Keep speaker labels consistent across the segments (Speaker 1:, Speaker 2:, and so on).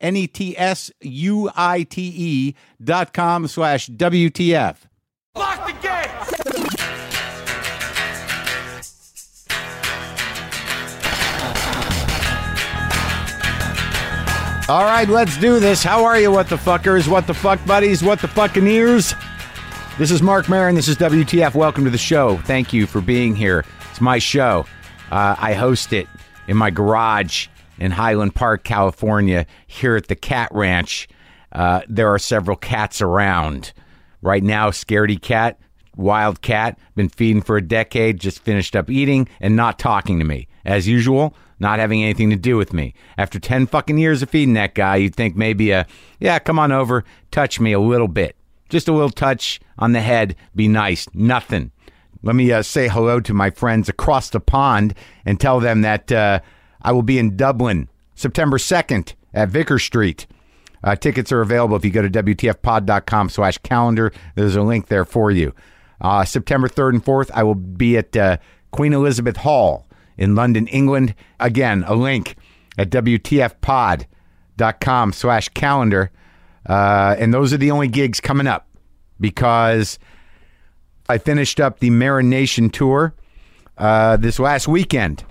Speaker 1: N E T S U I T E dot com slash WTF.
Speaker 2: Lock the gate!
Speaker 1: All right, let's do this. How are you, what the fuckers? What the fuck buddies? What the fuckineers? This is Mark Marin. This is WTF. Welcome to the show. Thank you for being here. It's my show. Uh, I host it in my garage in Highland Park, California, here at the Cat Ranch. Uh, there are several cats around. Right now, Scaredy Cat, Wild Cat, been feeding for a decade, just finished up eating and not talking to me. As usual, not having anything to do with me. After 10 fucking years of feeding that guy, you'd think maybe a, yeah, come on over, touch me a little bit. Just a little touch on the head, be nice. Nothing. Let me uh, say hello to my friends across the pond and tell them that uh, I will be in Dublin September 2nd at Vicker Street. Uh, tickets are available if you go to WTFpod.com slash calendar. There's a link there for you. Uh, September 3rd and 4th, I will be at uh, Queen Elizabeth Hall in London, England. Again, a link at WTFpod.com slash calendar. Uh, and those are the only gigs coming up because I finished up the Marination tour uh, this last weekend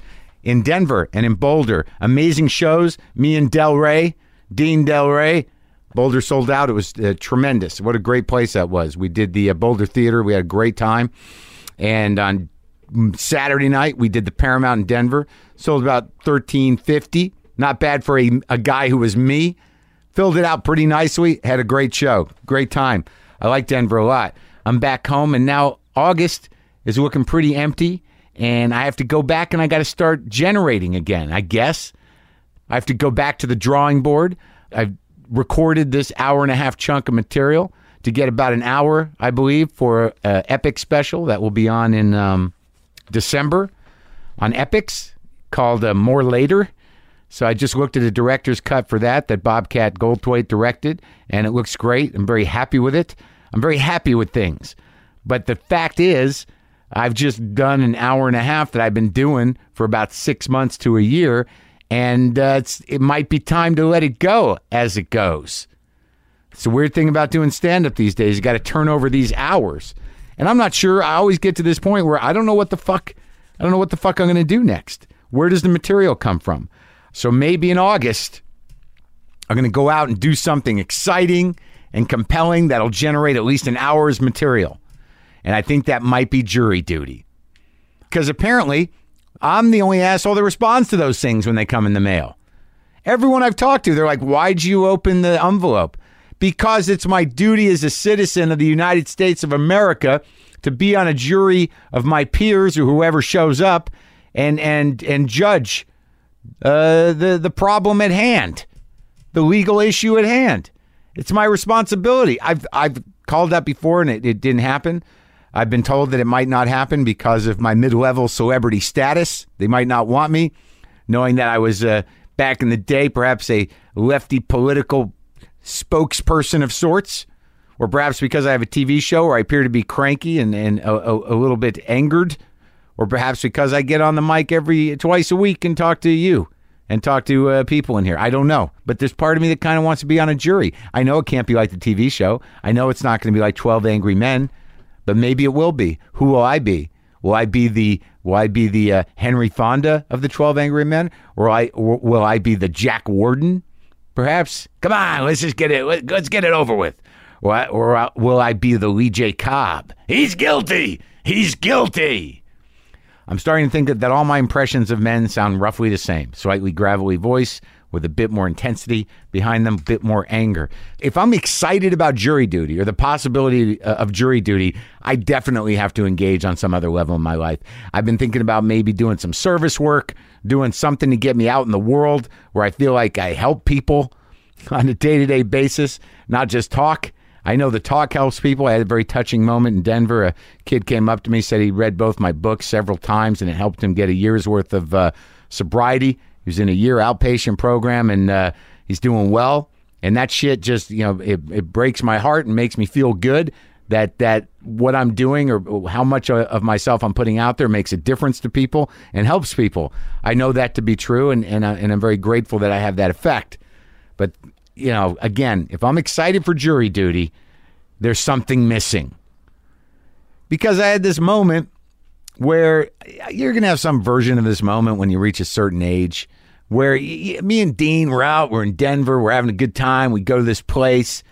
Speaker 1: in Denver and in Boulder. Amazing shows. Me and Del Rey, Dean Del Rey. Boulder sold out. It was uh, tremendous. What a great place that was. We did the uh, Boulder Theater. We had a great time. And on Saturday night, we did the Paramount in Denver. Sold about thirteen fifty. Not bad for a, a guy who was me filled it out pretty nicely. Had a great show, great time. I like Denver a lot. I'm back home, and now August is looking pretty empty, and I have to go back and I got to start generating again, I guess. I have to go back to the drawing board. I've recorded this hour and a half chunk of material to get about an hour, I believe, for an epic special that will be on in um, December on Epics called uh, More Later. So I just looked at a director's cut for that that Bobcat Goldthwait directed, and it looks great. I'm very happy with it. I'm very happy with things. But the fact is, I've just done an hour and a half that I've been doing for about six months to a year, and uh, it's, it might be time to let it go as it goes. It's the weird thing about doing stand up these days. You got to turn over these hours. And I'm not sure. I always get to this point where I don't know what the fuck I don't know what the fuck I'm going to do next. Where does the material come from? So maybe in August I'm going to go out and do something exciting and compelling that'll generate at least an hour's material. And I think that might be jury duty. Cuz apparently I'm the only asshole that responds to those things when they come in the mail. Everyone I've talked to, they're like, why'd you open the envelope? Because it's my duty as a citizen of the United States of America to be on a jury of my peers or whoever shows up and and and judge uh, the the problem at hand, the legal issue at hand. It's my responsibility. I've I've called that before and it, it didn't happen. I've been told that it might not happen because of my mid level celebrity status. They might not want me, knowing that I was uh, back in the day perhaps a lefty political spokesperson of sorts, or perhaps because I have a TV show where I appear to be cranky and, and a, a, a little bit angered, or perhaps because I get on the mic every twice a week and talk to you and talk to uh, people in here. I don't know, but there's part of me that kind of wants to be on a jury. I know it can't be like the TV show. I know it's not going to be like 12 Angry Men, but maybe it will be. Who will I be? Will I be the will I be the uh, Henry Fonda of the 12 Angry Men or I or will I be the Jack Warden? Perhaps. Come on, let's just get it let, us get it over with. What, or will I be the Lee J. Cobb? He's guilty. He's guilty. I'm starting to think that, that all my impressions of men sound roughly the same. Slightly gravelly voice with a bit more intensity behind them, a bit more anger. If I'm excited about jury duty or the possibility uh, of jury duty, I definitely have to engage on some other level in my life. I've been thinking about maybe doing some service work, doing something to get me out in the world where I feel like I help people on a day to day basis, not just talk. I know the talk helps people. I had a very touching moment in Denver. A kid came up to me, said he read both my books several times, and it helped him get a year's worth of uh, sobriety. He was in a year outpatient program, and uh, he's doing well. And that shit just, you know, it, it breaks my heart and makes me feel good that that what I'm doing or how much o- of myself I'm putting out there makes a difference to people and helps people. I know that to be true, and and, I, and I'm very grateful that I have that effect. But you know, again, if I'm excited for jury duty, there's something missing. Because I had this moment where you're going to have some version of this moment when you reach a certain age where y- y- me and Dean were out, we're in Denver, we're having a good time. We go to this place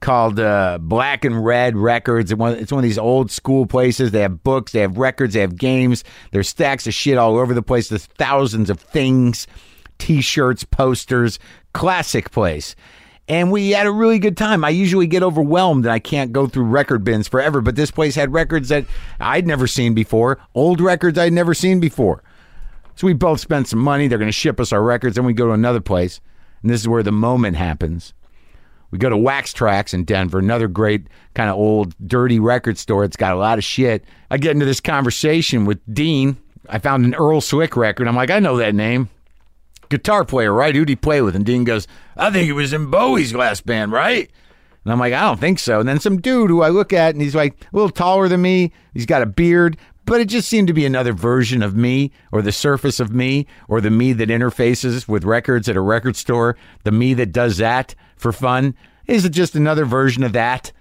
Speaker 1: called uh, Black and Red Records. It one- It's one of these old school places. They have books, they have records, they have games. There's stacks of shit all over the place. There's thousands of things t shirts, posters, classic place. And we had a really good time. I usually get overwhelmed and I can't go through record bins forever, but this place had records that I'd never seen before, old records I'd never seen before. So we both spent some money. They're going to ship us our records. Then we go to another place. And this is where the moment happens. We go to Wax Tracks in Denver, another great kind of old, dirty record store. It's got a lot of shit. I get into this conversation with Dean. I found an Earl Swick record. I'm like, I know that name guitar player, right? Who'd he play with? And Dean goes, I think he was in Bowie's last band, right? And I'm like, I don't think so. And then some dude who I look at and he's like a little taller than me. He's got a beard, but it just seemed to be another version of me or the surface of me or the me that interfaces with records at a record store, the me that does that for fun. Is it just another version of that?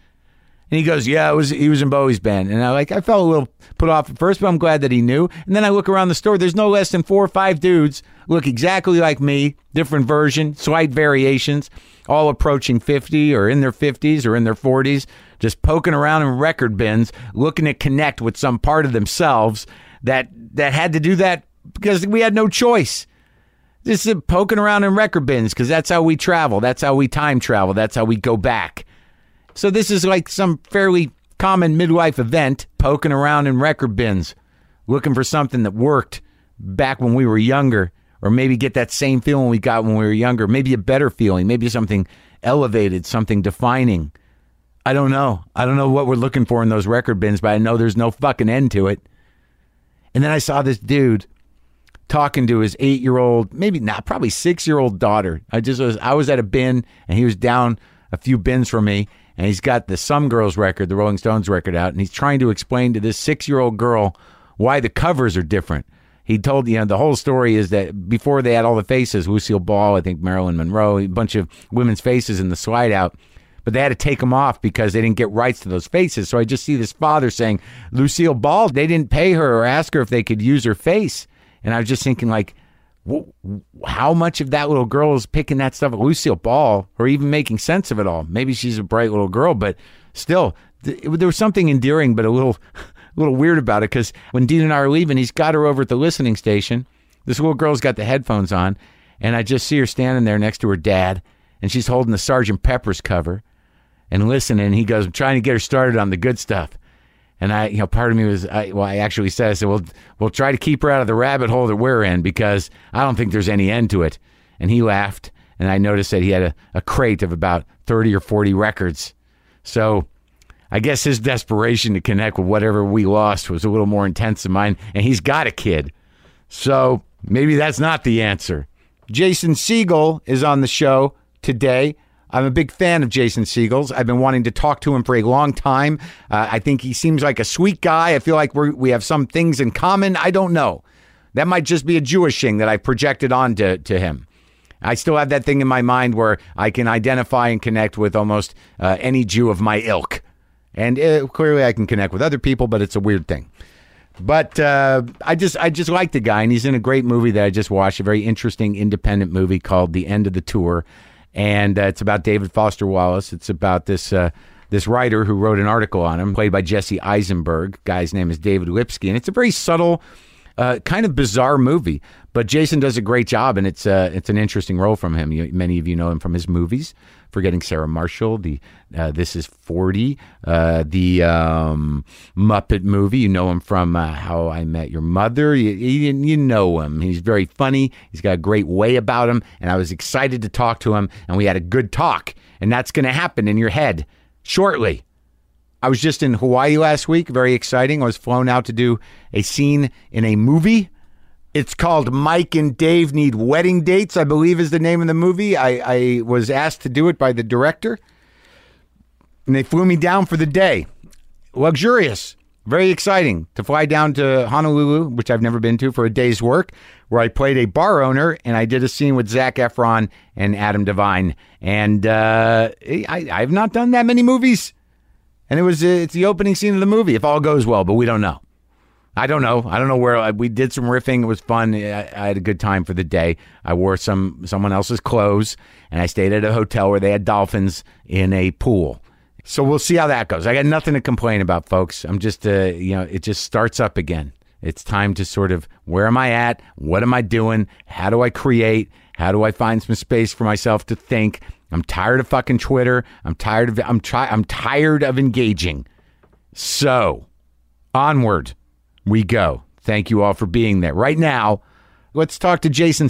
Speaker 1: And he goes, "Yeah, it was he was in Bowie's band." And I like I felt a little put off at first, but I'm glad that he knew. And then I look around the store. There's no less than four or five dudes look exactly like me, different version, slight variations, all approaching 50 or in their 50s or in their 40s, just poking around in record bins, looking to connect with some part of themselves that that had to do that because we had no choice just uh, poking around in record bins because that's how we travel. That's how we time travel. That's how we go back. So this is like some fairly common midlife event, poking around in record bins, looking for something that worked back when we were younger, or maybe get that same feeling we got when we were younger, maybe a better feeling, maybe something elevated, something defining. I don't know. I don't know what we're looking for in those record bins, but I know there's no fucking end to it. And then I saw this dude talking to his eight year old, maybe not, probably six year old daughter. I just was, I was at a bin and he was down a few bins from me and he's got the Some Girls record, the Rolling Stones record out, and he's trying to explain to this six year old girl why the covers are different. He told, you know, the whole story is that before they had all the faces, Lucille Ball, I think Marilyn Monroe, a bunch of women's faces in the slide out but they had to take them off because they didn't get rights to those faces. So I just see this father saying, Lucille Ball, they didn't pay her or ask her if they could use her face. And I was just thinking, like, wh- wh- how much of that little girl is picking that stuff at Lucille Ball or even making sense of it all? Maybe she's a bright little girl, but still, th- it- there was something endearing, but a little. A little weird about it because when Dean and I are leaving, he's got her over at the listening station. This little girl's got the headphones on, and I just see her standing there next to her dad, and she's holding the Sergeant Pepper's cover and listening. He goes, I'm trying to get her started on the good stuff. And I, you know, part of me was, I, well, I actually said, I said, well, we'll try to keep her out of the rabbit hole that we're in because I don't think there's any end to it. And he laughed. And I noticed that he had a, a crate of about 30 or 40 records. So I guess his desperation to connect with whatever we lost was a little more intense than mine. And he's got a kid. So maybe that's not the answer. Jason Siegel is on the show today. I'm a big fan of Jason Siegel's. I've been wanting to talk to him for a long time. Uh, I think he seems like a sweet guy. I feel like we we have some things in common. I don't know. That might just be a Jewish thing that I projected onto to him. I still have that thing in my mind where I can identify and connect with almost uh, any Jew of my ilk. And uh, clearly I can connect with other people, but it's a weird thing. But uh, I just I just like the guy, and he's in a great movie that I just watched, a very interesting independent movie called The End of the Tour, and uh, it's about David Foster Wallace. It's about this uh, this writer who wrote an article on him, played by Jesse Eisenberg. Guy's name is David Lipsky, and it's a very subtle, uh, kind of bizarre movie. But Jason does a great job, and it's uh, it's an interesting role from him. You, many of you know him from his movies, Forgetting Sarah Marshall, the uh, This Is Forty, uh, the um, Muppet movie. You know him from uh, How I Met Your Mother. You, you, you know him. He's very funny. He's got a great way about him, and I was excited to talk to him, and we had a good talk. And that's going to happen in your head shortly. I was just in Hawaii last week. Very exciting. I was flown out to do a scene in a movie. It's called Mike and Dave Need Wedding Dates, I believe is the name of the movie. I, I was asked to do it by the director, and they flew me down for the day. Luxurious. Very exciting to fly down to Honolulu, which I've never been to, for a day's work, where I played a bar owner and I did a scene with Zach Efron and Adam Devine. And uh, I, I've not done that many movies. And it was uh, it's the opening scene of the movie. If all goes well, but we don't know. I don't know. I don't know where uh, we did some riffing. It was fun. I, I had a good time for the day. I wore some someone else's clothes, and I stayed at a hotel where they had dolphins in a pool. So we'll see how that goes. I got nothing to complain about, folks. I'm just, uh, you know, it just starts up again. It's time to sort of where am I at? What am I doing? How do I create? How do I find some space for myself to think? I'm tired of fucking Twitter. I'm tired of I'm try I'm tired of engaging. So, onward we go. Thank you all for being there. Right now, let's talk to Jason.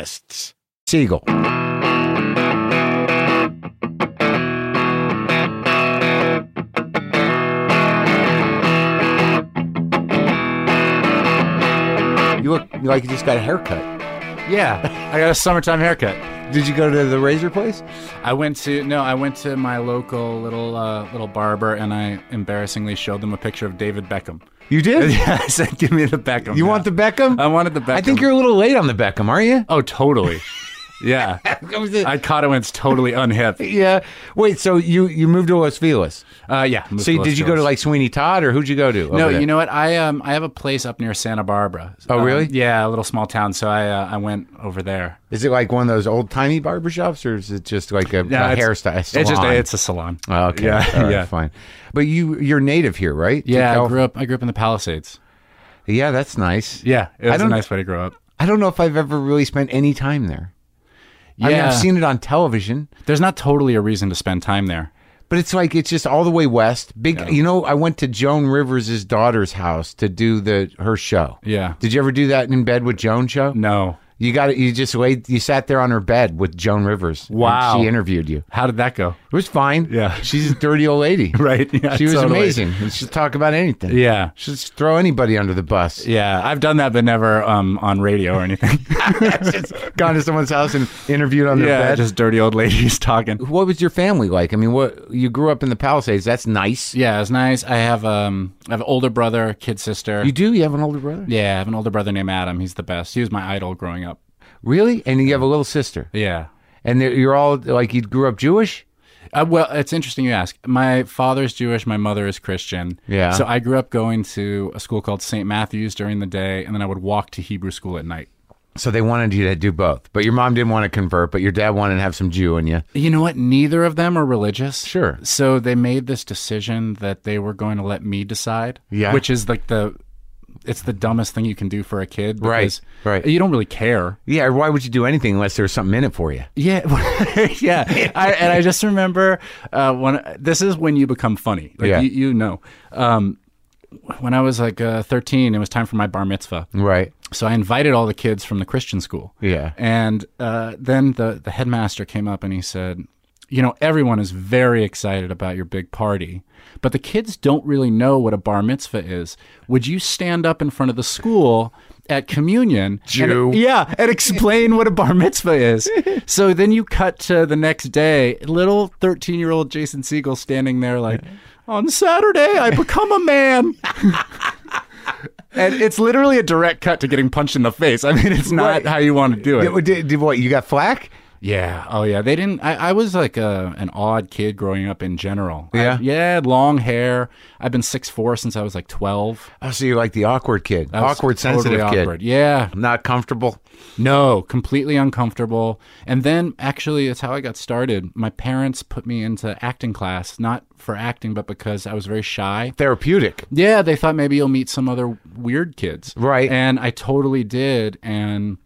Speaker 1: Siegel. You look like you just got a haircut.
Speaker 3: Yeah, I got a summertime haircut.
Speaker 1: Did you go to the razor place?
Speaker 3: I went to no, I went to my local little uh, little barber, and I embarrassingly showed them a picture of David Beckham.
Speaker 1: You did?
Speaker 3: I said, "Give me the Beckham."
Speaker 1: You want the Beckham?
Speaker 3: I wanted the Beckham.
Speaker 1: I think you're a little late on the Beckham, are you?
Speaker 3: Oh, totally. yeah, I caught it when it's totally unhip.
Speaker 1: yeah. Wait, so you you moved to Los Feliz.
Speaker 3: Uh, yeah. moved
Speaker 1: So you,
Speaker 3: Los
Speaker 1: did you go to
Speaker 3: Angeles.
Speaker 1: like Sweeney Todd or who'd you go to?
Speaker 3: No,
Speaker 1: over there?
Speaker 3: you know what? I um I have a place up near Santa Barbara.
Speaker 1: Oh,
Speaker 3: Um,
Speaker 1: really?
Speaker 3: yeah, a little small town. So I uh, I went over there.
Speaker 1: Is it like one of those old timey barbershops or is it just like a,
Speaker 3: Yeah,
Speaker 1: a
Speaker 3: it's-
Speaker 1: hairstyle?
Speaker 3: It's just
Speaker 1: salon?
Speaker 3: it's a Uh, salon.
Speaker 1: Oh, okay.
Speaker 3: Yeah,
Speaker 1: All right,
Speaker 3: yeah.
Speaker 1: Fine. But you you're native here, right? To
Speaker 3: Yeah, I
Speaker 1: Cal-
Speaker 3: grew up. I grew up in the Palisades.
Speaker 1: yeah, that's nice.
Speaker 3: Yeah, it
Speaker 1: I
Speaker 3: was a
Speaker 1: don't-
Speaker 3: nice way to grow up.
Speaker 1: I don't know if I've ever really spent any time there.
Speaker 3: Yeah,
Speaker 1: I mean, I've seen it on television,
Speaker 3: there's not totally a reason to spend time there.
Speaker 1: but it's like it's just all the way west. Big, you know. I went to Joan Rivers' daughter's house to do the her show.
Speaker 3: Yeah.
Speaker 1: Did you ever do that in bed with Joan show?
Speaker 3: No.
Speaker 1: You got it. You just laid. You sat there on her bed with Joan Rivers. and
Speaker 3: Wow.
Speaker 1: she interviewed you.
Speaker 3: How did that go?
Speaker 1: It was fine.
Speaker 3: Yeah.
Speaker 1: She's a dirty old lady.
Speaker 3: Right, yeah,
Speaker 1: she was
Speaker 3: totally.
Speaker 1: amazing. And she'd talk about anything.
Speaker 3: Yeah.
Speaker 1: She'd just throw anybody under the bus.
Speaker 3: Yeah, I've done that, but never um, on radio or anything.
Speaker 1: Gone to someone's house and interviewed on their
Speaker 3: yeah,
Speaker 1: bed.
Speaker 3: just dirty old ladies talking.
Speaker 1: what was your family like? I mean, what you grew up in the Palisades. That's nice.
Speaker 3: Yeah, it's nice. I have um, I have an older brother, kid sister.
Speaker 1: You do. You have an older brother.
Speaker 3: yeah, I have an older brother named Adam. He's the best. He was my idol growing up.
Speaker 1: Really? And you have a little sister.
Speaker 3: Yeah.
Speaker 1: And they're- you're all like you grew up Jewish.
Speaker 3: Uh, well, it's interesting you ask. My father's Jewish, my mother is Christian.
Speaker 1: Yeah.
Speaker 3: So I grew up going to a school called St. Matthew's during the day, and then I would walk to Hebrew school at night.
Speaker 1: So they wanted you to do both, but your mom didn't want to convert, but your dad wanted to have some Jew in you.
Speaker 3: You know what? Neither of them are religious.
Speaker 1: Sure.
Speaker 3: So they made this decision that they were going to let me decide.
Speaker 1: Yeah.
Speaker 3: Which is like the it's the dumbest thing you can do for a kid.
Speaker 1: Right,
Speaker 3: because
Speaker 1: right.
Speaker 3: You don't really care.
Speaker 1: Yeah, why would you do anything unless there's something in it for you?
Speaker 3: Yeah, yeah. I, and I just remember uh, when this is when you become funny. Like,
Speaker 1: Yeah.
Speaker 3: you, you know. Um, when I was like uh, 13, it was time for my bar mitzvah.
Speaker 1: Right.
Speaker 3: So I invited all the kids from the Christian school.
Speaker 1: Yeah.
Speaker 3: And uh, then the, the headmaster came up and he said, You know, everyone is very excited about your big party, but the kids don't really know what a bar mitzvah is. Would you stand up in front of the school? At communion, and-
Speaker 1: Jew.
Speaker 3: yeah, and explain what a bar mitzvah is. so then you cut to the next day, little thirteen-year-old Jason Siegel standing there, like, on Saturday I become a man. And it's literally a direct cut to getting punched in the face. I mean, it's not
Speaker 1: Right.
Speaker 3: how you want to do it.
Speaker 1: Did, did- did what? You got flack?
Speaker 3: Yeah. Oh, yeah. They didn't. I, I was like a, an odd kid growing up in general. I-
Speaker 1: Yeah?
Speaker 3: yeah. Long hair. I've been six four since I was like twelve.
Speaker 1: Oh, so you're like the awkward kid,
Speaker 3: I was
Speaker 1: awkward, sensitive
Speaker 3: totally
Speaker 1: kid,
Speaker 3: awkward. Yeah.
Speaker 1: not comfortable.
Speaker 3: No. Completely uncomfortable. And then actually, it's how I got started. My parents put me into acting class, not for acting, but because I was very shy.
Speaker 1: Therapeutic.
Speaker 3: Yeah, they thought maybe you'll meet some other weird kids.
Speaker 1: Right.
Speaker 3: And I totally did. And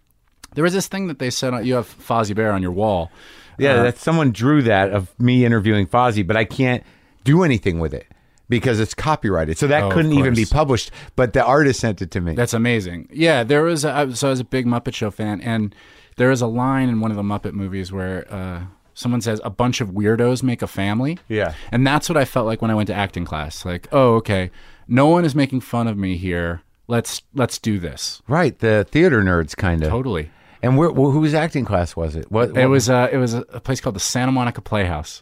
Speaker 3: there was this thing that they said on, you have Fozzie Bear on your wall. Uh-huh.
Speaker 1: Yeah, that someone drew that of me interviewing Fozzie, but I can't do anything with it because it's copyrighted. So that
Speaker 3: Oh, of
Speaker 1: couldn't even be
Speaker 3: course.
Speaker 1: published. But the artist sent it to me.
Speaker 3: That's amazing. Yeah, there was. A, I was- so I was a big Muppet Show fan, and there is a line in one of the Muppet movies where uh, someone says, "A bunch of weirdos make a family."
Speaker 1: Yeah.
Speaker 3: and that's what I felt like when I went to acting class. Like, oh, okay, no one is making fun of me here. Let's let's do this.
Speaker 1: right, the theater nerds kind of.
Speaker 3: Totally.
Speaker 1: And where, wh- whose acting class was it? What,
Speaker 3: It
Speaker 1: what-
Speaker 3: was uh, it was a, a place called the Santa Monica Playhouse.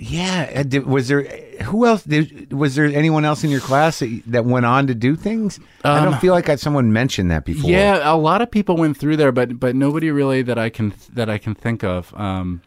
Speaker 1: Yeah, uh, did- was there who else? did- Was there anyone else in your class that, that went on to do things? I don't feel like I, someone mentioned that before.
Speaker 3: Um, Yeah, a lot of people went through there, but but nobody really that I can that I can think of. Um,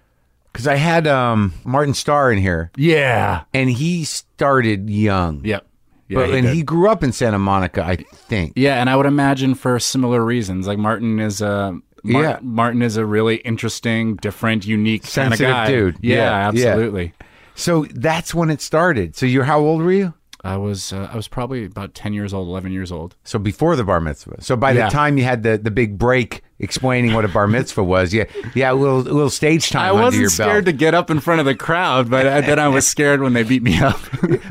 Speaker 1: because I had um, Martin Starr in here,
Speaker 3: yeah.
Speaker 1: and he started young.
Speaker 3: Yep. Yeah,
Speaker 1: but, and
Speaker 3: did.
Speaker 1: he grew up in Santa Monica, I think.
Speaker 3: Yeah, and I would imagine for similar reasons. Like Martin is a Mar-
Speaker 1: Yeah.
Speaker 3: Martin is a really interesting, different, unique
Speaker 1: Sensitive
Speaker 3: kind of guy.
Speaker 1: dude.
Speaker 3: Yeah,
Speaker 1: Yeah, yeah.
Speaker 3: absolutely.
Speaker 1: So that's when it started. So you're how old were you?
Speaker 3: I was uh, I was probably about ten years old, eleven years old.
Speaker 1: So before the bar mitzvah. So by
Speaker 3: Yeah.
Speaker 1: the time you had the, the big break explaining what a bar mitzvah was, yeah, yeah, a little little stage time.
Speaker 3: I
Speaker 1: under
Speaker 3: wasn't
Speaker 1: your belt.
Speaker 3: scared to get up in front of the crowd, but I, then I was scared when they beat me up.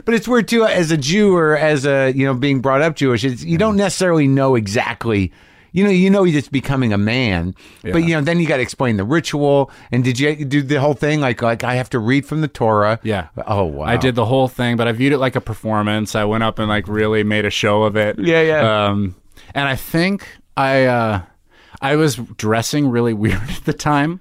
Speaker 1: But it's weird too, as a Jew or as a you know being brought up Jewish, it's, you don't necessarily know exactly. You know, you know, you're just becoming a man, but
Speaker 3: Yeah.
Speaker 1: you know, then you got to explain the ritual. And did you do the whole thing? Like, like I have to read from the Torah.
Speaker 3: yeah.
Speaker 1: Oh wow.
Speaker 3: I did the whole thing, but I viewed it like a performance. I went up and like really made a show of it.
Speaker 1: Yeah, yeah.
Speaker 3: Um, and I think I uh, I was dressing really weird at the time,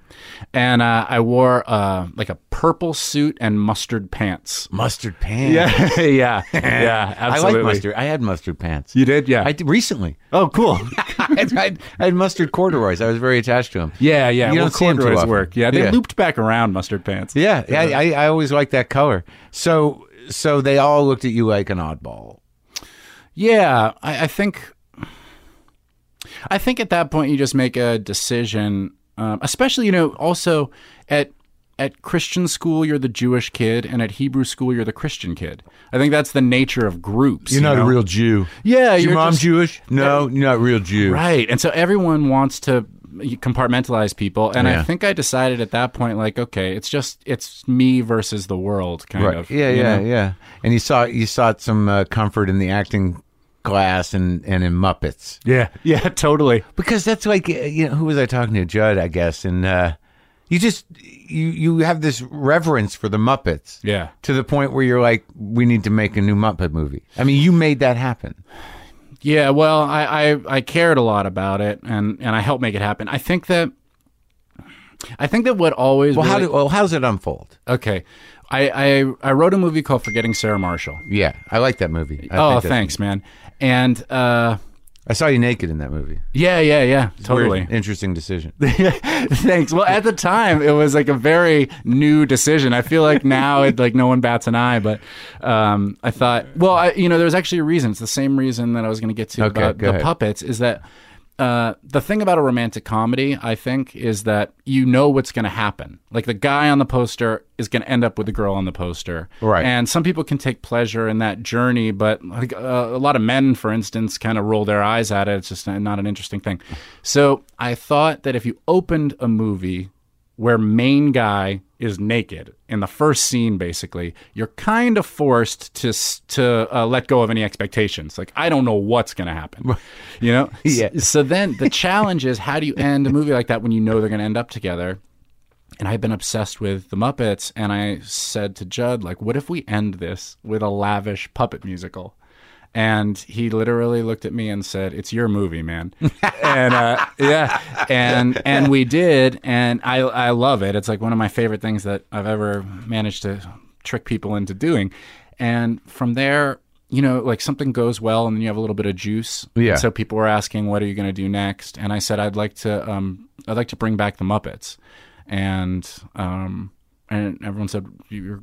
Speaker 3: and uh, I wore uh, like a purple suit and mustard pants.
Speaker 1: mustard pants.
Speaker 3: yeah, yeah, yeah. Absolutely.
Speaker 1: I like mustard. I had mustard pants.
Speaker 3: You did, yeah.
Speaker 1: I did recently.
Speaker 3: oh, cool.
Speaker 1: I, had, I had mustard corduroys. I was very attached to them.
Speaker 3: yeah, yeah.
Speaker 1: You
Speaker 3: well,
Speaker 1: don't see 'em too
Speaker 3: corduroys
Speaker 1: often.
Speaker 3: work. Yeah, they
Speaker 1: Yeah.
Speaker 3: looped back around mustard pants.
Speaker 1: yeah. yeah. I, I always liked that color. So, so they all looked at you like an oddball.
Speaker 3: Yeah, I, I think. I think at that point you just make a decision, um, especially you know also at at Christian school you're the Jewish kid, and at Hebrew school you're the Christian kid. I think that's the nature of groups. you know?
Speaker 1: Jew.
Speaker 3: Yeah,
Speaker 1: Is your
Speaker 3: you're
Speaker 1: mom
Speaker 3: just-
Speaker 1: Jewish? No, you're not a real Jew.
Speaker 3: right, and so everyone wants to compartmentalize people, and
Speaker 1: Yeah.
Speaker 3: I think I decided at that point like, okay, it's just it's me versus the world, kind
Speaker 1: Right.
Speaker 3: of.
Speaker 1: Yeah,
Speaker 3: you
Speaker 1: yeah,
Speaker 3: know?
Speaker 1: yeah. And you saw you sought some uh, comfort in the acting class and and in Muppets.
Speaker 3: yeah, yeah, totally.
Speaker 1: because that's like uh, you know who was I talking to Judd I guess and uh, you just you you have this reverence for the Muppets
Speaker 3: Yeah.
Speaker 1: to the point where you're like we need to make a new Muppet movie I mean you made that happen
Speaker 3: Yeah, well, I, I I cared a lot about it, and and I helped make it happen. I think that. I think that what always
Speaker 1: well how
Speaker 3: really-
Speaker 1: do well how's it unfold
Speaker 3: okay, I, I I wrote a movie called Forgetting Sarah Marshall.
Speaker 1: yeah I like that movie I
Speaker 3: oh,
Speaker 1: think that's-
Speaker 3: thanks, man. And uh,
Speaker 1: I saw you naked in that movie
Speaker 3: yeah, yeah, yeah, totally.
Speaker 1: Weird, interesting decision
Speaker 3: thanks. Well, at the time, it was like a very new decision. I feel like now it like no one bats an eye, but um, I thought, well, I, you know, there was actually a reason. It's the same reason that I was going to get to
Speaker 1: Okay,
Speaker 3: about
Speaker 1: go
Speaker 3: the
Speaker 1: ahead.
Speaker 3: puppets is that uh, the thing about a romantic comedy, I think, is that you know what's going to happen. Like the guy on the poster is going to end up with the girl on the poster,
Speaker 1: Right.
Speaker 3: And some people can take pleasure in that journey, but like uh, a lot of men, for instance, kind of roll their eyes at it. It's just not an interesting thing. So I thought that if you opened a movie where main guy is naked in the first scene basically you're kind of forced to s- to uh, let go of any expectations like i don't know what's going to happen you know
Speaker 1: Yeah.
Speaker 3: S- so then the challenge is how do you end a movie like that when you know they're going to end up together and I've been obsessed with the Muppets. And I said to Judd, like, what if we end this with a lavish puppet musical? And he literally looked at me and said, "It's your movie, man." and uh, yeah, and and we did, and I I love it. It's like one of my favorite things that I've ever managed to trick people into doing. And from there, you know, like something goes well, and then you have a little bit of juice.
Speaker 1: Yeah.
Speaker 3: So people were asking, "What are you going to do next?" And I said, "I'd like to, um, I'd like to bring back the Muppets," and um, and everyone said, "You're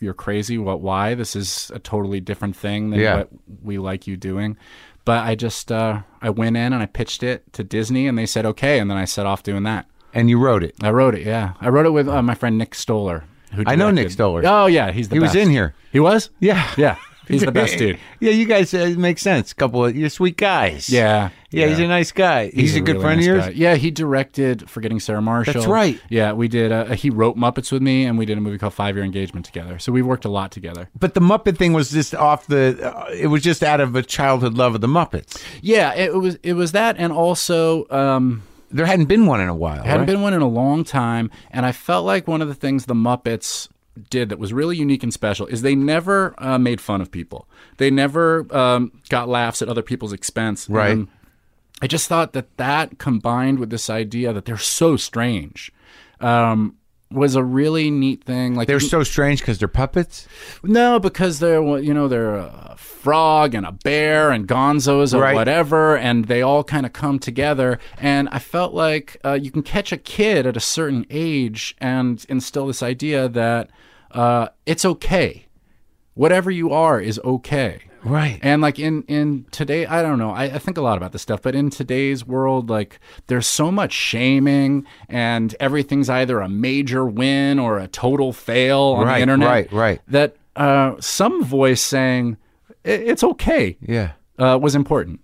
Speaker 3: you're crazy. What? Why? This is a totally different thing than
Speaker 1: Yeah.
Speaker 3: what we like you doing." But I just uh, I went in and I pitched it to Disney, and they said okay, and then I set off doing that.
Speaker 1: And you wrote it.
Speaker 3: I wrote it. Yeah, I wrote it with uh, my friend Nick Stoller. Who
Speaker 1: I know
Speaker 3: directed-
Speaker 1: Nick Stoller.
Speaker 3: Oh yeah, he's the
Speaker 1: He was
Speaker 3: best.
Speaker 1: in here.
Speaker 3: He was.
Speaker 1: Yeah.
Speaker 3: yeah. He's the best dude.
Speaker 1: Yeah, you guys uh, it makes sense. Couple of you're sweet guys.
Speaker 3: Yeah.
Speaker 1: Yeah, he's a nice guy. He's, a, good
Speaker 3: really
Speaker 1: friend
Speaker 3: nice
Speaker 1: of yours.
Speaker 3: guy. Yeah, he directed Forgetting Sarah Marshall.
Speaker 1: That's right.
Speaker 3: Yeah, we did. Uh, he wrote Muppets with me, and we did a movie called Five Year Engagement together. So we worked a lot together.
Speaker 1: But the Muppet thing was just off the. Uh, it was just out of a childhood love of the Muppets.
Speaker 3: Yeah, it was it was that, and also um,
Speaker 1: There hadn't been one in a while.
Speaker 3: hadn't
Speaker 1: right?
Speaker 3: been one in a long time, and I felt like one of the things the Muppets did that was really unique and special is they never uh, made fun of people. They never um, got laughs at other people's expense.
Speaker 1: Right.
Speaker 3: And I just thought that that combined with this idea that they're so strange um, was a really neat thing. Like
Speaker 1: They're so strange because they're puppets.
Speaker 3: no, because they're well, you know they're a frog and a bear and Gonzo's or
Speaker 1: Right.
Speaker 3: whatever, and they all kind of come together. And I felt like uh, you can catch a kid at a certain age and instill this idea that uh, it's okay, whatever you are is okay.
Speaker 1: Right.
Speaker 3: And like in in today, I don't know. I, I think a lot about this stuff, but in today's world, like there's so much shaming, and everything's either a major win or a total fail on
Speaker 1: Right,
Speaker 3: the internet.
Speaker 1: right, right.
Speaker 3: That uh, some voice saying "I- it's okay
Speaker 1: Yeah.
Speaker 3: uh, was important.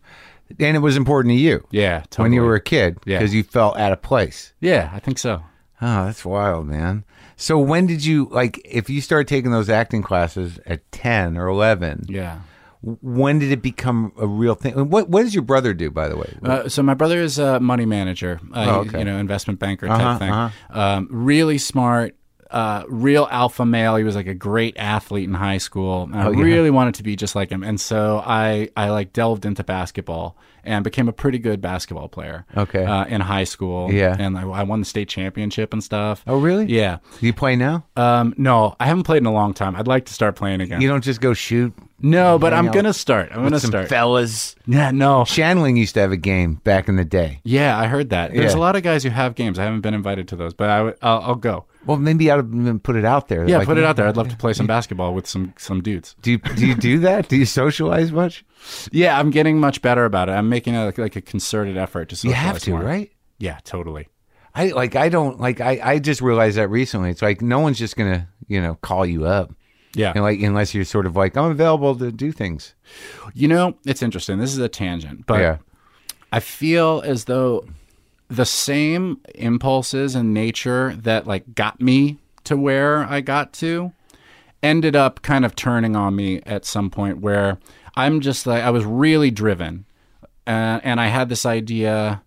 Speaker 1: And it was important to you
Speaker 3: Yeah, totally.
Speaker 1: when you were a kid
Speaker 3: Yeah.
Speaker 1: because you felt out of place.
Speaker 3: yeah, I think so.
Speaker 1: Oh, that's wild, man. So when did you like? If you started taking those acting classes at ten or eleven,
Speaker 3: Yeah.
Speaker 1: when did it become a real thing? And what What does your brother do, by the way?
Speaker 3: Uh, so my brother is a money manager, uh,
Speaker 1: Oh,
Speaker 3: you-
Speaker 1: okay.
Speaker 3: you know, investment banker type
Speaker 1: Uh-huh,
Speaker 3: thing.
Speaker 1: uh-huh.
Speaker 3: Um, really smart, uh, real alpha male. He was like a great athlete in high school. And I
Speaker 1: Oh, yeah.
Speaker 3: really wanted to be just like him, and so I I like delved into basketball and became a pretty good basketball player.
Speaker 1: Okay.
Speaker 3: uh, in high school,
Speaker 1: Yeah.
Speaker 3: and I, I won the state championship and stuff.
Speaker 1: oh, really? Uh,
Speaker 3: Yeah.
Speaker 1: Do you play now?
Speaker 3: Um, no, I haven't played in a long time. I'd like to start playing again.
Speaker 1: You don't just go shoot
Speaker 3: no, but
Speaker 1: hang
Speaker 3: I'm
Speaker 1: out
Speaker 3: gonna start. I'm gonna
Speaker 1: some
Speaker 3: start.
Speaker 1: fellas.
Speaker 3: yeah, no.
Speaker 1: Shanling used to have a game back in the day.
Speaker 3: Yeah, I heard that. There's
Speaker 1: Yeah.
Speaker 3: a lot of guys who have games. I haven't been invited to those, but I would, I'll, I'll go.
Speaker 1: Well, maybe I'll put it out there.
Speaker 3: Yeah,
Speaker 1: Like,
Speaker 3: put it out there. I'd love to play some basketball with some some dudes.
Speaker 1: Do you, do you do that? Do you socialize much?
Speaker 3: Yeah, I'm getting much better about it. I'm making a, like a concerted effort to.
Speaker 1: You have
Speaker 3: socialize
Speaker 1: to,
Speaker 3: more.
Speaker 1: right?
Speaker 3: Yeah, totally.
Speaker 1: I like. I don't like. I I just realized that recently. It's like no one's just gonna you know call you up.
Speaker 3: Yeah.
Speaker 1: And like unless you're sort of like I'm available to do things.
Speaker 3: You know, it's interesting. This is a tangent, but
Speaker 1: yeah.
Speaker 3: I feel as though the same impulses in nature that like got me to where I got to ended up kind of turning on me at some point where I'm just like I was really driven uh, and I had this idea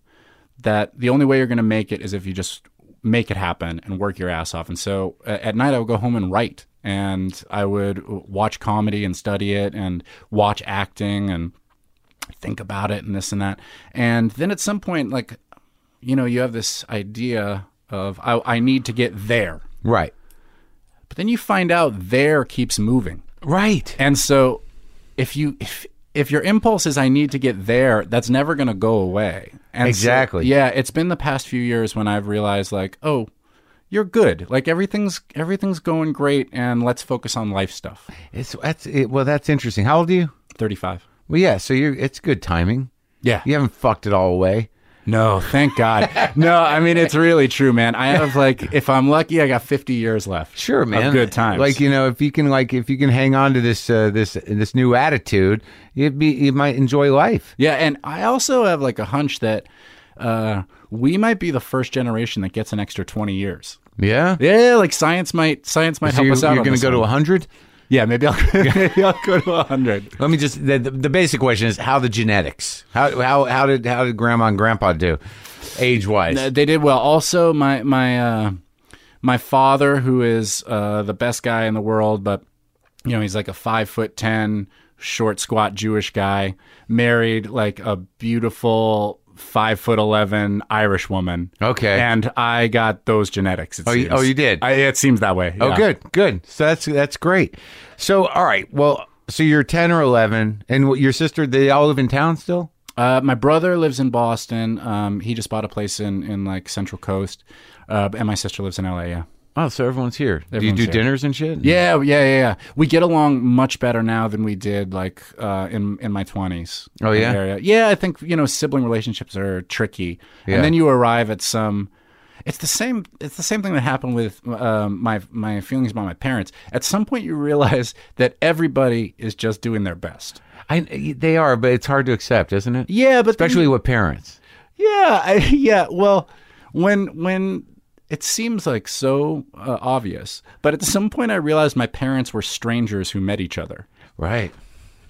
Speaker 3: that the only way you're going to make it is if you just make it happen and work your ass off. And so uh, at night, I would go home and write, and I would w- watch comedy and study it, and watch acting and think about it and this and that. And then at some point, like, you know, you have this idea of I, I need to get there,
Speaker 1: Right.
Speaker 3: but then you find out there keeps moving.
Speaker 1: Right.
Speaker 3: And so if you if if your impulse is I need to get there, that's never going to go away. And so-
Speaker 1: Exactly.
Speaker 3: yeah, it's been the past few years when I've realized like, oh, you're good. Like everything's everything's going great and let's focus on life stuff.
Speaker 1: It's that's it, well, that's interesting. How old are you?
Speaker 3: 35.
Speaker 1: Well, yeah. So you're. It's good timing.
Speaker 3: Yeah.
Speaker 1: You haven't fucked it all away.
Speaker 3: No, thank God. no, I mean it's really true, man. I have like, if I'm lucky, I got 50 years left.
Speaker 1: Sure, man.
Speaker 3: Of good times.
Speaker 1: Like you know, if you can, like if you can hang on to this, uh, this, this new attitude, you'd be, you might enjoy life.
Speaker 3: Yeah, and I also have like a hunch that uh, we might be the first generation that gets an extra 20 years.
Speaker 1: Yeah.
Speaker 3: Yeah, like science might science might
Speaker 1: So
Speaker 3: help
Speaker 1: you're,
Speaker 3: us out.
Speaker 1: you're
Speaker 3: on
Speaker 1: gonna
Speaker 3: this
Speaker 1: go to
Speaker 3: one.
Speaker 1: hundred.
Speaker 3: yeah, maybe I'll maybe I'll go to hundred.
Speaker 1: Let me just the, the, the basic question is how the genetics how how how did how did grandma and grandpa do age wise?
Speaker 3: Uh, they did well. Also, my my uh, my father, who is uh, the best guy in the world, but you know he's like a five foot ten, short, squat Jewish guy, married like a beautiful five foot eleven Irish woman.
Speaker 1: Okay.
Speaker 3: and I got those genetics. It
Speaker 1: Oh, you-
Speaker 3: seems.
Speaker 1: oh, you did?
Speaker 3: I, it seems that way.
Speaker 1: Oh,
Speaker 3: yeah.
Speaker 1: good, good. So that's that's great. So all right, well, so you're ten or eleven, and what, your sister they all live in town still.
Speaker 3: Uh, my brother lives in Boston. Um, he just bought a place in in like Central Coast, uh, and my sister lives in LA. Yeah.
Speaker 1: Oh, so everyone's here.
Speaker 3: Everyone's
Speaker 1: do you do
Speaker 3: here.
Speaker 1: dinners and shit?
Speaker 3: Yeah, yeah, yeah, yeah. We get along much better now than we did like uh, in in my twenties.
Speaker 1: Oh, yeah?
Speaker 3: yeah. I think you know sibling relationships are tricky,
Speaker 1: Yeah.
Speaker 3: and then you arrive at some. It's the same. It's the same thing that happened with um, my my feelings about my parents. At some point, you realize that everybody is just doing their best.
Speaker 1: I, they are, but it's hard to accept, isn't it?
Speaker 3: Yeah, but
Speaker 1: especially with parents.
Speaker 3: Yeah, I, yeah. Well, when when it seems like so uh, obvious, but at some point I realized my parents were strangers who met each other.
Speaker 1: Right.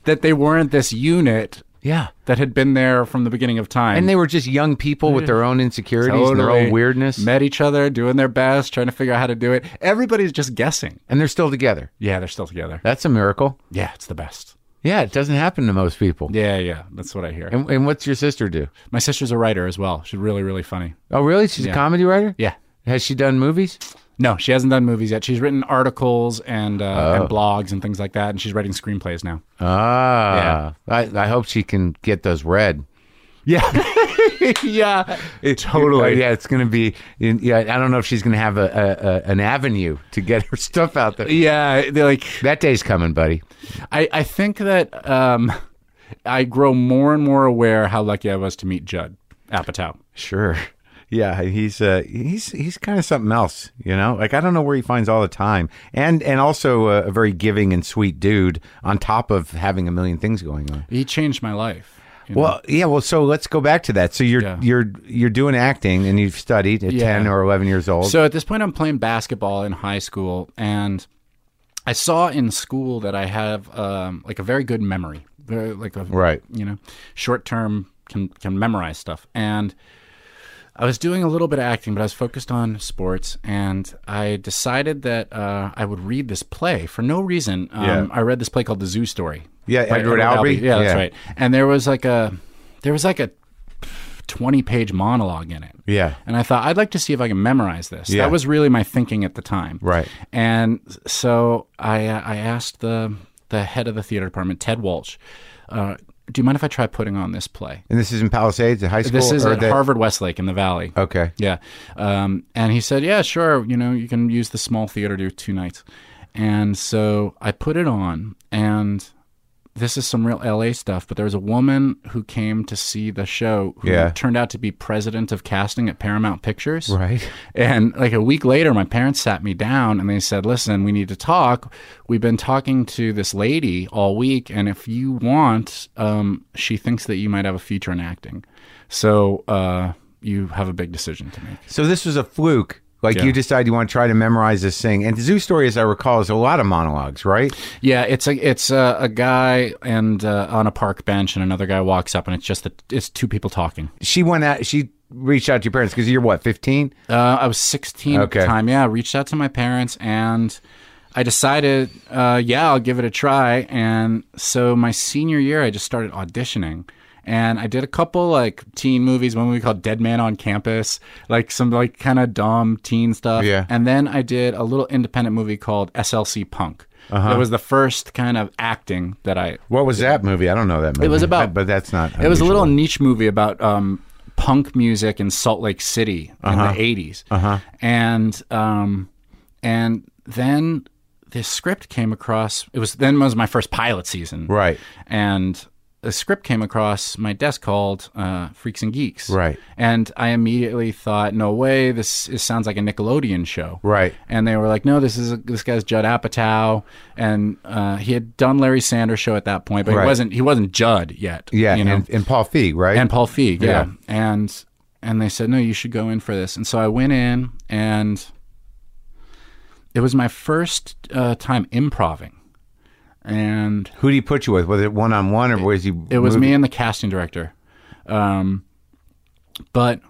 Speaker 3: That they weren't this unit
Speaker 1: Yeah.
Speaker 3: that had been there from the beginning of time.
Speaker 1: And they were just young people with their own insecurities and their
Speaker 3: Totally
Speaker 1: own weirdness,
Speaker 3: met each other, doing their best, trying to figure out how to do it. Everybody's just guessing.
Speaker 1: and they're still together.
Speaker 3: Yeah, they're still together.
Speaker 1: That's a miracle.
Speaker 3: Yeah, it's the best.
Speaker 1: Yeah, it doesn't happen to most people.
Speaker 3: Yeah, yeah, that's what I hear.
Speaker 1: And, and what's your sister do?
Speaker 3: My sister's a writer as well. She's really, really funny.
Speaker 1: Oh, really? She's a comedy writer.
Speaker 3: Yeah.
Speaker 1: Has she done movies?
Speaker 3: No, she hasn't done movies yet. She's written articles and uh,
Speaker 1: Oh.
Speaker 3: and blogs and things like that, and she's writing screenplays now.
Speaker 1: Ah, I, I hope she can get those read.
Speaker 3: Yeah, yeah,
Speaker 1: Oh,
Speaker 3: totally.
Speaker 1: yeah, it's going to be. In, yeah, I don't know if she's going to have a, a, a an avenue to get her stuff out there.
Speaker 3: yeah. They're like,
Speaker 1: That day's coming, buddy.
Speaker 3: I, I think that um, I grow more and more aware how lucky I was to meet Judd Apatow.
Speaker 1: Sure. Yeah, he's uh, he's he's kind of something else, you know. Like I don't know where he finds all the time, and and also a, a very giving and sweet dude. On top of having a million things going on.
Speaker 3: He changed my life. you know?
Speaker 1: Well, yeah. Well, so let's go back to that. So you're
Speaker 3: Yeah.
Speaker 1: you're you're doing acting, and you've studied at
Speaker 3: Yeah.
Speaker 1: ten or eleven years old.
Speaker 3: So at this point, I'm playing basketball in high school, and I saw in school that I have um, like a very good memory, very, like a,
Speaker 1: Right.
Speaker 3: you know, short term can can memorize stuff. And I was doing a little bit of acting, but I was focused on sports, and I decided that uh, I would read this play for no reason. Um,
Speaker 1: Yeah.
Speaker 3: I read this play called The Zoo Story.
Speaker 1: Yeah,
Speaker 3: By
Speaker 1: Edward Albee.
Speaker 3: Yeah, that's
Speaker 1: Yeah.
Speaker 3: right. And there was like a there was like a twenty page monologue in it.
Speaker 1: Yeah.
Speaker 3: And I thought, I'd like to see if I can memorize this.
Speaker 1: Yeah.
Speaker 3: That was really my thinking at the time.
Speaker 1: Right.
Speaker 3: And so I, uh, I asked the, the head of the theater department, Ted Walsh, uh, do you mind if I try putting on this play?
Speaker 1: and this is in Palisades, at high school.
Speaker 3: This is
Speaker 1: or
Speaker 3: at
Speaker 1: the-
Speaker 3: Harvard Westlake in the Valley.
Speaker 1: Okay.
Speaker 3: Yeah. Um, and he said, yeah, sure. You know, you can use the small theater to do two nights. And so I put it on and this is some real LA stuff, but there was a woman who came to see the show who
Speaker 1: Yeah.
Speaker 3: turned out to be president of casting at Paramount Pictures.
Speaker 1: Right.
Speaker 3: And like a week later, my parents sat me down and they said, Listen, we need to talk. We've been talking to this lady all week. And if you want, um, she thinks that you might have a future in acting. So uh, you have a big decision to make.
Speaker 1: So this was a fluke. Like
Speaker 3: Yeah.
Speaker 1: you decide you want to try to memorize this thing. And the zoo story, as I recall, is a lot of monologues, right?
Speaker 3: Yeah, it's a it's a, a guy and uh, on a park bench, and another guy walks up, and it's just the, it's two people talking.
Speaker 1: She went out. She reached out to your parents because you're what, fifteen?
Speaker 3: Uh, I was 16 at
Speaker 1: Okay.
Speaker 3: the time. Yeah, I reached out to my parents and I decided, uh, yeah, I'll give it a try. And so my senior year, I just started auditioning. And I did a couple like teen movies, one movie called Dead Man on Campus, like some like kind of dumb teen stuff.
Speaker 1: Yeah.
Speaker 3: And then I did a little independent movie called SLC Punk.
Speaker 1: Uh-huh.
Speaker 3: It was the first kind of acting that I
Speaker 1: What was that movie? I don't know that movie.
Speaker 3: it was about
Speaker 1: but that's not.
Speaker 3: it was a
Speaker 1: unusual.
Speaker 3: little niche movie about um, punk music in salt lake city in the 80s uh-huh. and um, and then this script came across it was then was my first pilot season
Speaker 1: Right.
Speaker 3: and a script came across my desk called uh, Freaks and Geeks.
Speaker 1: Right.
Speaker 3: And I immediately thought, no way, this it sounds like a Nickelodeon show.
Speaker 1: Right.
Speaker 3: And they were like, no, this is this guy's Judd Apatow, and uh, he had done Larry Sanders show at that point, but
Speaker 1: Right.
Speaker 3: he wasn't he wasn't Judd yet.
Speaker 1: Yeah,
Speaker 3: you know?
Speaker 1: and, and Paul Feig, right?
Speaker 3: and Paul Feig,
Speaker 1: Yeah.
Speaker 3: yeah. And and they said, no, you should go in for this. And so I went in, and it was my first uh, time improving, and
Speaker 1: Who did he put you with? Was it one on one or was he?
Speaker 3: it was me and the casting director. Um, but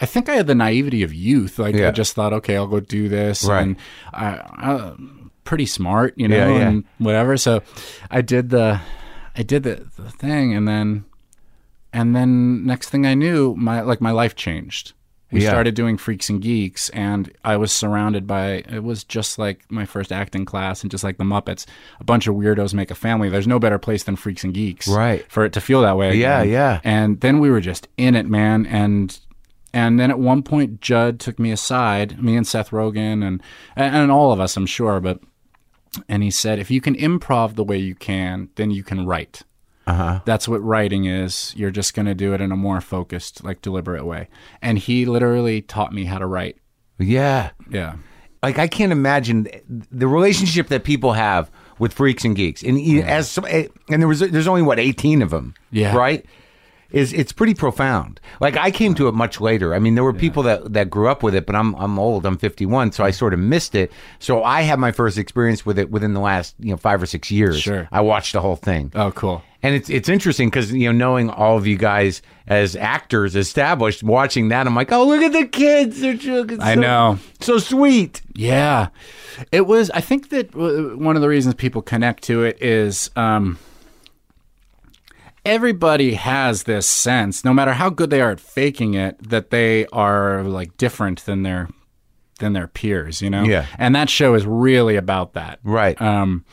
Speaker 3: I think I had the naivety of youth. Like
Speaker 1: Yeah.
Speaker 3: I just thought, okay, I'll go do this,
Speaker 1: Right.
Speaker 3: and I, I pretty smart, you know,
Speaker 1: Yeah, yeah.
Speaker 3: and whatever. So I did the, I did the, the thing, and then, and then next thing I knew, my like my life changed. We
Speaker 1: Yeah.
Speaker 3: started doing Freaks and Geeks, and I was surrounded by it was just like my first acting class, and just like the Muppets, a bunch of weirdos make a family. There's no better place than Freaks and Geeks,
Speaker 1: Right.
Speaker 3: For it to feel that way.
Speaker 1: Yeah,
Speaker 3: again.
Speaker 1: yeah.
Speaker 3: And then we were just in it, man, and and then at one point Judd took me aside, me and Seth Rogen, and and, and all of us, I'm sure, but and he said, if you can improv the way you can, then you can write. Uh-huh. That's what writing is. You're just going to do it in a more focused, like deliberate way. And he literally taught me how to write.
Speaker 1: Yeah.
Speaker 3: Yeah.
Speaker 1: like I can't imagine th- the relationship that people have with freaks and geeks, and e- as some- eh, and there was there's only what eighteen of them,
Speaker 3: Yeah.
Speaker 1: right? Is it's pretty profound. Like I came to it much later. I mean, there were people that that grew up with it, but I'm I'm old. I'm 51, so I sort of missed it. So I had my first experience with it within the last you know five or six years.
Speaker 3: Sure.
Speaker 1: I watched the whole thing.
Speaker 3: Oh, cool.
Speaker 1: And it's it's interesting because you know knowing all of you guys as actors established, watching that, I'm like, oh look at the kids, they're just, it's
Speaker 3: I
Speaker 1: so-
Speaker 3: know.
Speaker 1: so sweet.
Speaker 3: Yeah. It was, I think that uh, one of the reasons people connect to it is um, everybody has this sense, no matter how good they are at faking it, that they are like different than their. Than their peers, you know.
Speaker 1: Yeah.
Speaker 3: And that show is really about that,
Speaker 1: Right.
Speaker 3: um,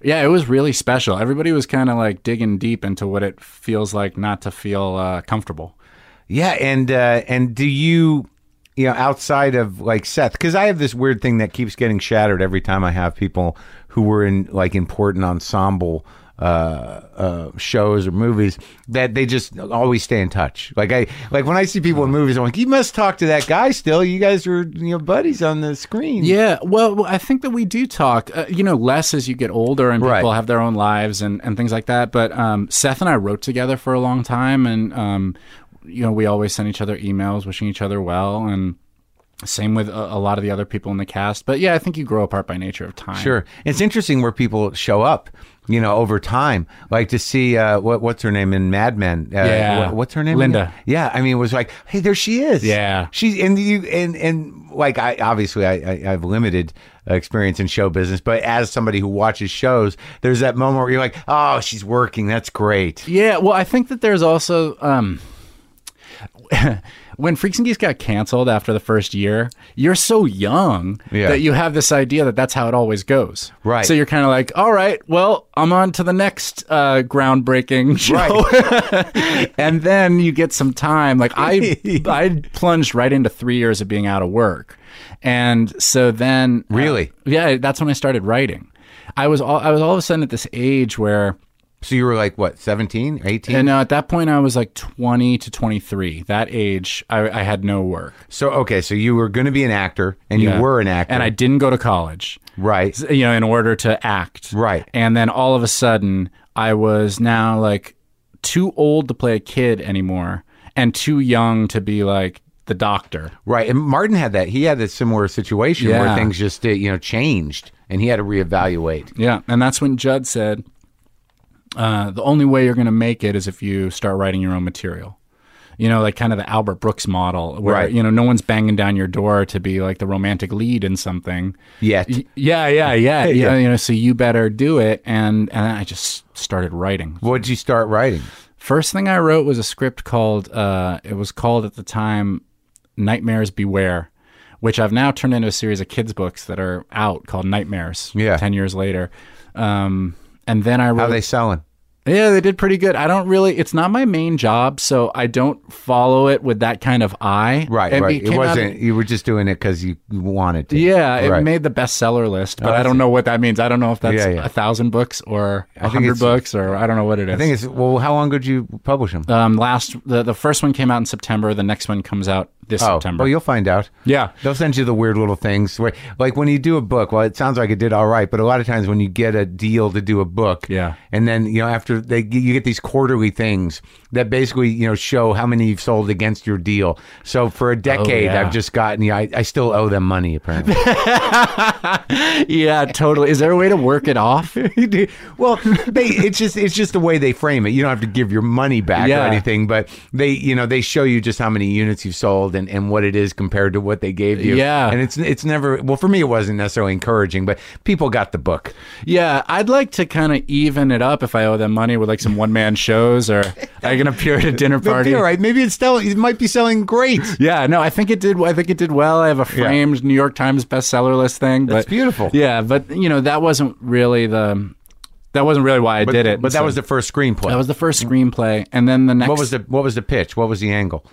Speaker 3: yeah, it was really special. Everybody was kind of like digging deep into what it feels like not to feel uh, comfortable.
Speaker 1: Yeah, and uh, and do you, you know, outside of like Seth, because I have this weird thing that keeps getting shattered every time I have people who were in like important ensemble uh, uh, shows or movies that they just always stay in touch. Like I like when I see people in movies, I'm like, you must talk to that guy still. You guys are you know buddies on the screen.
Speaker 3: Yeah, well, well, I think that we do talk, uh, you know, less as you get older and people
Speaker 1: Right.
Speaker 3: have their own lives and, and things like that. But um, Seth and I wrote together for a long time, and um, you know, we always sent each other emails wishing each other well, and same with a, a lot of the other people in the cast. But yeah, I think you grow apart by nature of time.
Speaker 1: Sure, it's interesting where people show up, you know, over time. Like to see uh, what what's her name in Mad Men? Uh,
Speaker 3: Yeah.
Speaker 1: what- what's her name?
Speaker 3: Linda.
Speaker 1: again? Yeah, I mean, it was like, hey, there she is.
Speaker 3: Yeah.
Speaker 1: she's and you and and like I obviously I, I I've limited uh, experience in show business, but as somebody who watches shows, there's that moment where you're like, oh, she's working. That's great.
Speaker 3: Yeah, well, I think that there's also um, when Freaks and Geeks got canceled after the first year, you're so young
Speaker 1: Yeah.
Speaker 3: that you have this idea that that's how it always goes.
Speaker 1: Right.
Speaker 3: So you're kind of like, all right, well, I'm on to the next uh, groundbreaking show, and then you get some time. Like I, I plunged right into three years of being out of work, and so then uh,
Speaker 1: Really?
Speaker 3: yeah, that's when I started writing. I was all, I was all of a sudden at this age where.
Speaker 1: So you were like what, 17, 18?
Speaker 3: And uh, at that point, I was like 20 to 23. That age, I, I had no work.
Speaker 1: so okay, so you were going to be an actor, and
Speaker 3: Yeah.
Speaker 1: you were an actor,
Speaker 3: And I didn't go to college,
Speaker 1: right.
Speaker 3: you know, in order to act.
Speaker 1: Right.
Speaker 3: And then all of a sudden, I was now like too old to play a kid anymore and too young to be like the doctor.
Speaker 1: Right, and Martin had that. He had a similar situation where
Speaker 3: Yeah.
Speaker 1: things just uh, you know changed, and he had to reevaluate.
Speaker 3: Yeah. And that's when Judd said, uh, the only way you're going to make it is if you start writing your own material. You know, like kind of the Albert Brooks model, where
Speaker 1: Right.
Speaker 3: you know no one's banging down your door to be like the romantic lead in something.
Speaker 1: Yet,
Speaker 3: Y- Yeah, yeah, yeah, yeah. You know, so you better do it. And and I just started writing.
Speaker 1: what did you start writing?
Speaker 3: First thing I wrote was a script called uh, it was called at the time Nightmares Beware, which I've now turned into a series of kids books that are out called Nightmares.
Speaker 1: Yeah.
Speaker 3: ten years later. Um, and then I
Speaker 1: How
Speaker 3: wrote
Speaker 1: they selling?
Speaker 3: Yeah, they did pretty good. I don't really. It's not my main job, so I don't follow it with that kind of eye.
Speaker 1: Right,
Speaker 3: And
Speaker 1: right. It
Speaker 3: came out-
Speaker 1: wasn't. you were just doing it because you you wanted to.
Speaker 3: yeah, it
Speaker 1: Right.
Speaker 3: made the bestseller list, but
Speaker 1: I
Speaker 3: I don't know what that means. I don't know if that's
Speaker 1: Yeah, yeah.
Speaker 3: a thousand books or a
Speaker 1: think
Speaker 3: hundred
Speaker 1: it's-
Speaker 3: books or I don't know what it is.
Speaker 1: I think it's well. How long did you publish Oh, them?
Speaker 3: um, last the the first one came out in September. The next one comes out this
Speaker 1: oh,
Speaker 3: September.
Speaker 1: well, you'll find out.
Speaker 3: yeah,
Speaker 1: They'll send you the weird little things where, like when you do a book, well, it sounds like it did all right, but a lot of times when you get a deal to do a book,
Speaker 3: Yeah.
Speaker 1: and then you know after they you get these quarterly things that basically you know show how many you've sold against your deal. So for a decade,
Speaker 3: Oh, yeah.
Speaker 1: I've just gotten, yeah, I, I still owe them money apparently.
Speaker 3: yeah, totally. Is there a way to work it off?
Speaker 1: well, they it's just it's just the way they frame it. You don't have to give your money back
Speaker 3: Yeah.
Speaker 1: or anything, but they you know they show you just how many units you've sold and, and what it is compared to what they gave you.
Speaker 3: Yeah.
Speaker 1: and it's it's never well for me it wasn't necessarily encouraging, but people got the book.
Speaker 3: Yeah, I'd like to kind of even it up if I owe them money with like some one man shows or I can appear at a dinner
Speaker 1: But
Speaker 3: party.
Speaker 1: all right, maybe it's selling. It might be selling great.
Speaker 3: Yeah, no, I think it did. I think it did well. I have a framed New York Times bestseller list thing. But
Speaker 1: That's beautiful.
Speaker 3: Yeah, but you know that wasn't really the that wasn't really why I did it.
Speaker 1: But that
Speaker 3: So
Speaker 1: was the first screenplay.
Speaker 3: that was the first screenplay, and then the next.
Speaker 1: what was the what was the pitch? What was the angle?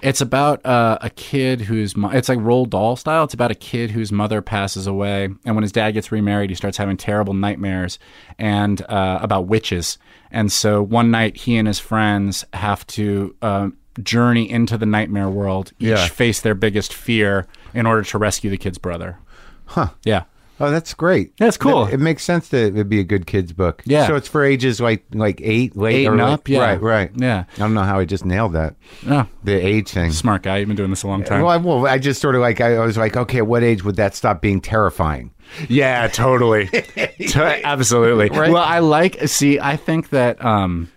Speaker 3: It's about uh, a kid whose mo- it's like Roald Dahl style. It's about a kid whose mother passes away, and when his dad gets remarried, he starts having terrible nightmares and uh, about witches. And so one night, he and his friends have to um journey into the nightmare world. Each
Speaker 1: Yeah.
Speaker 3: face their biggest fear in order to rescue the kid's brother. Huh? Yeah.
Speaker 1: Oh, that's great.
Speaker 3: That's cool.
Speaker 1: It, it makes sense that it'd be a good kids book.
Speaker 3: Yeah.
Speaker 1: So it's for ages like like eight, late
Speaker 3: Eight
Speaker 1: or
Speaker 3: and
Speaker 1: like-
Speaker 3: up, yeah.
Speaker 1: Right, right.
Speaker 3: Yeah.
Speaker 1: I don't know how I just nailed that.
Speaker 3: Oh,
Speaker 1: The age thing.
Speaker 3: smart guy. You've been doing this a long time.
Speaker 1: Well I, well, I just sort of like I was like, okay, at what age would that stop being terrifying?
Speaker 3: Yeah, totally. To- absolutely.
Speaker 1: Right?
Speaker 3: Well, I like, see, I think that um,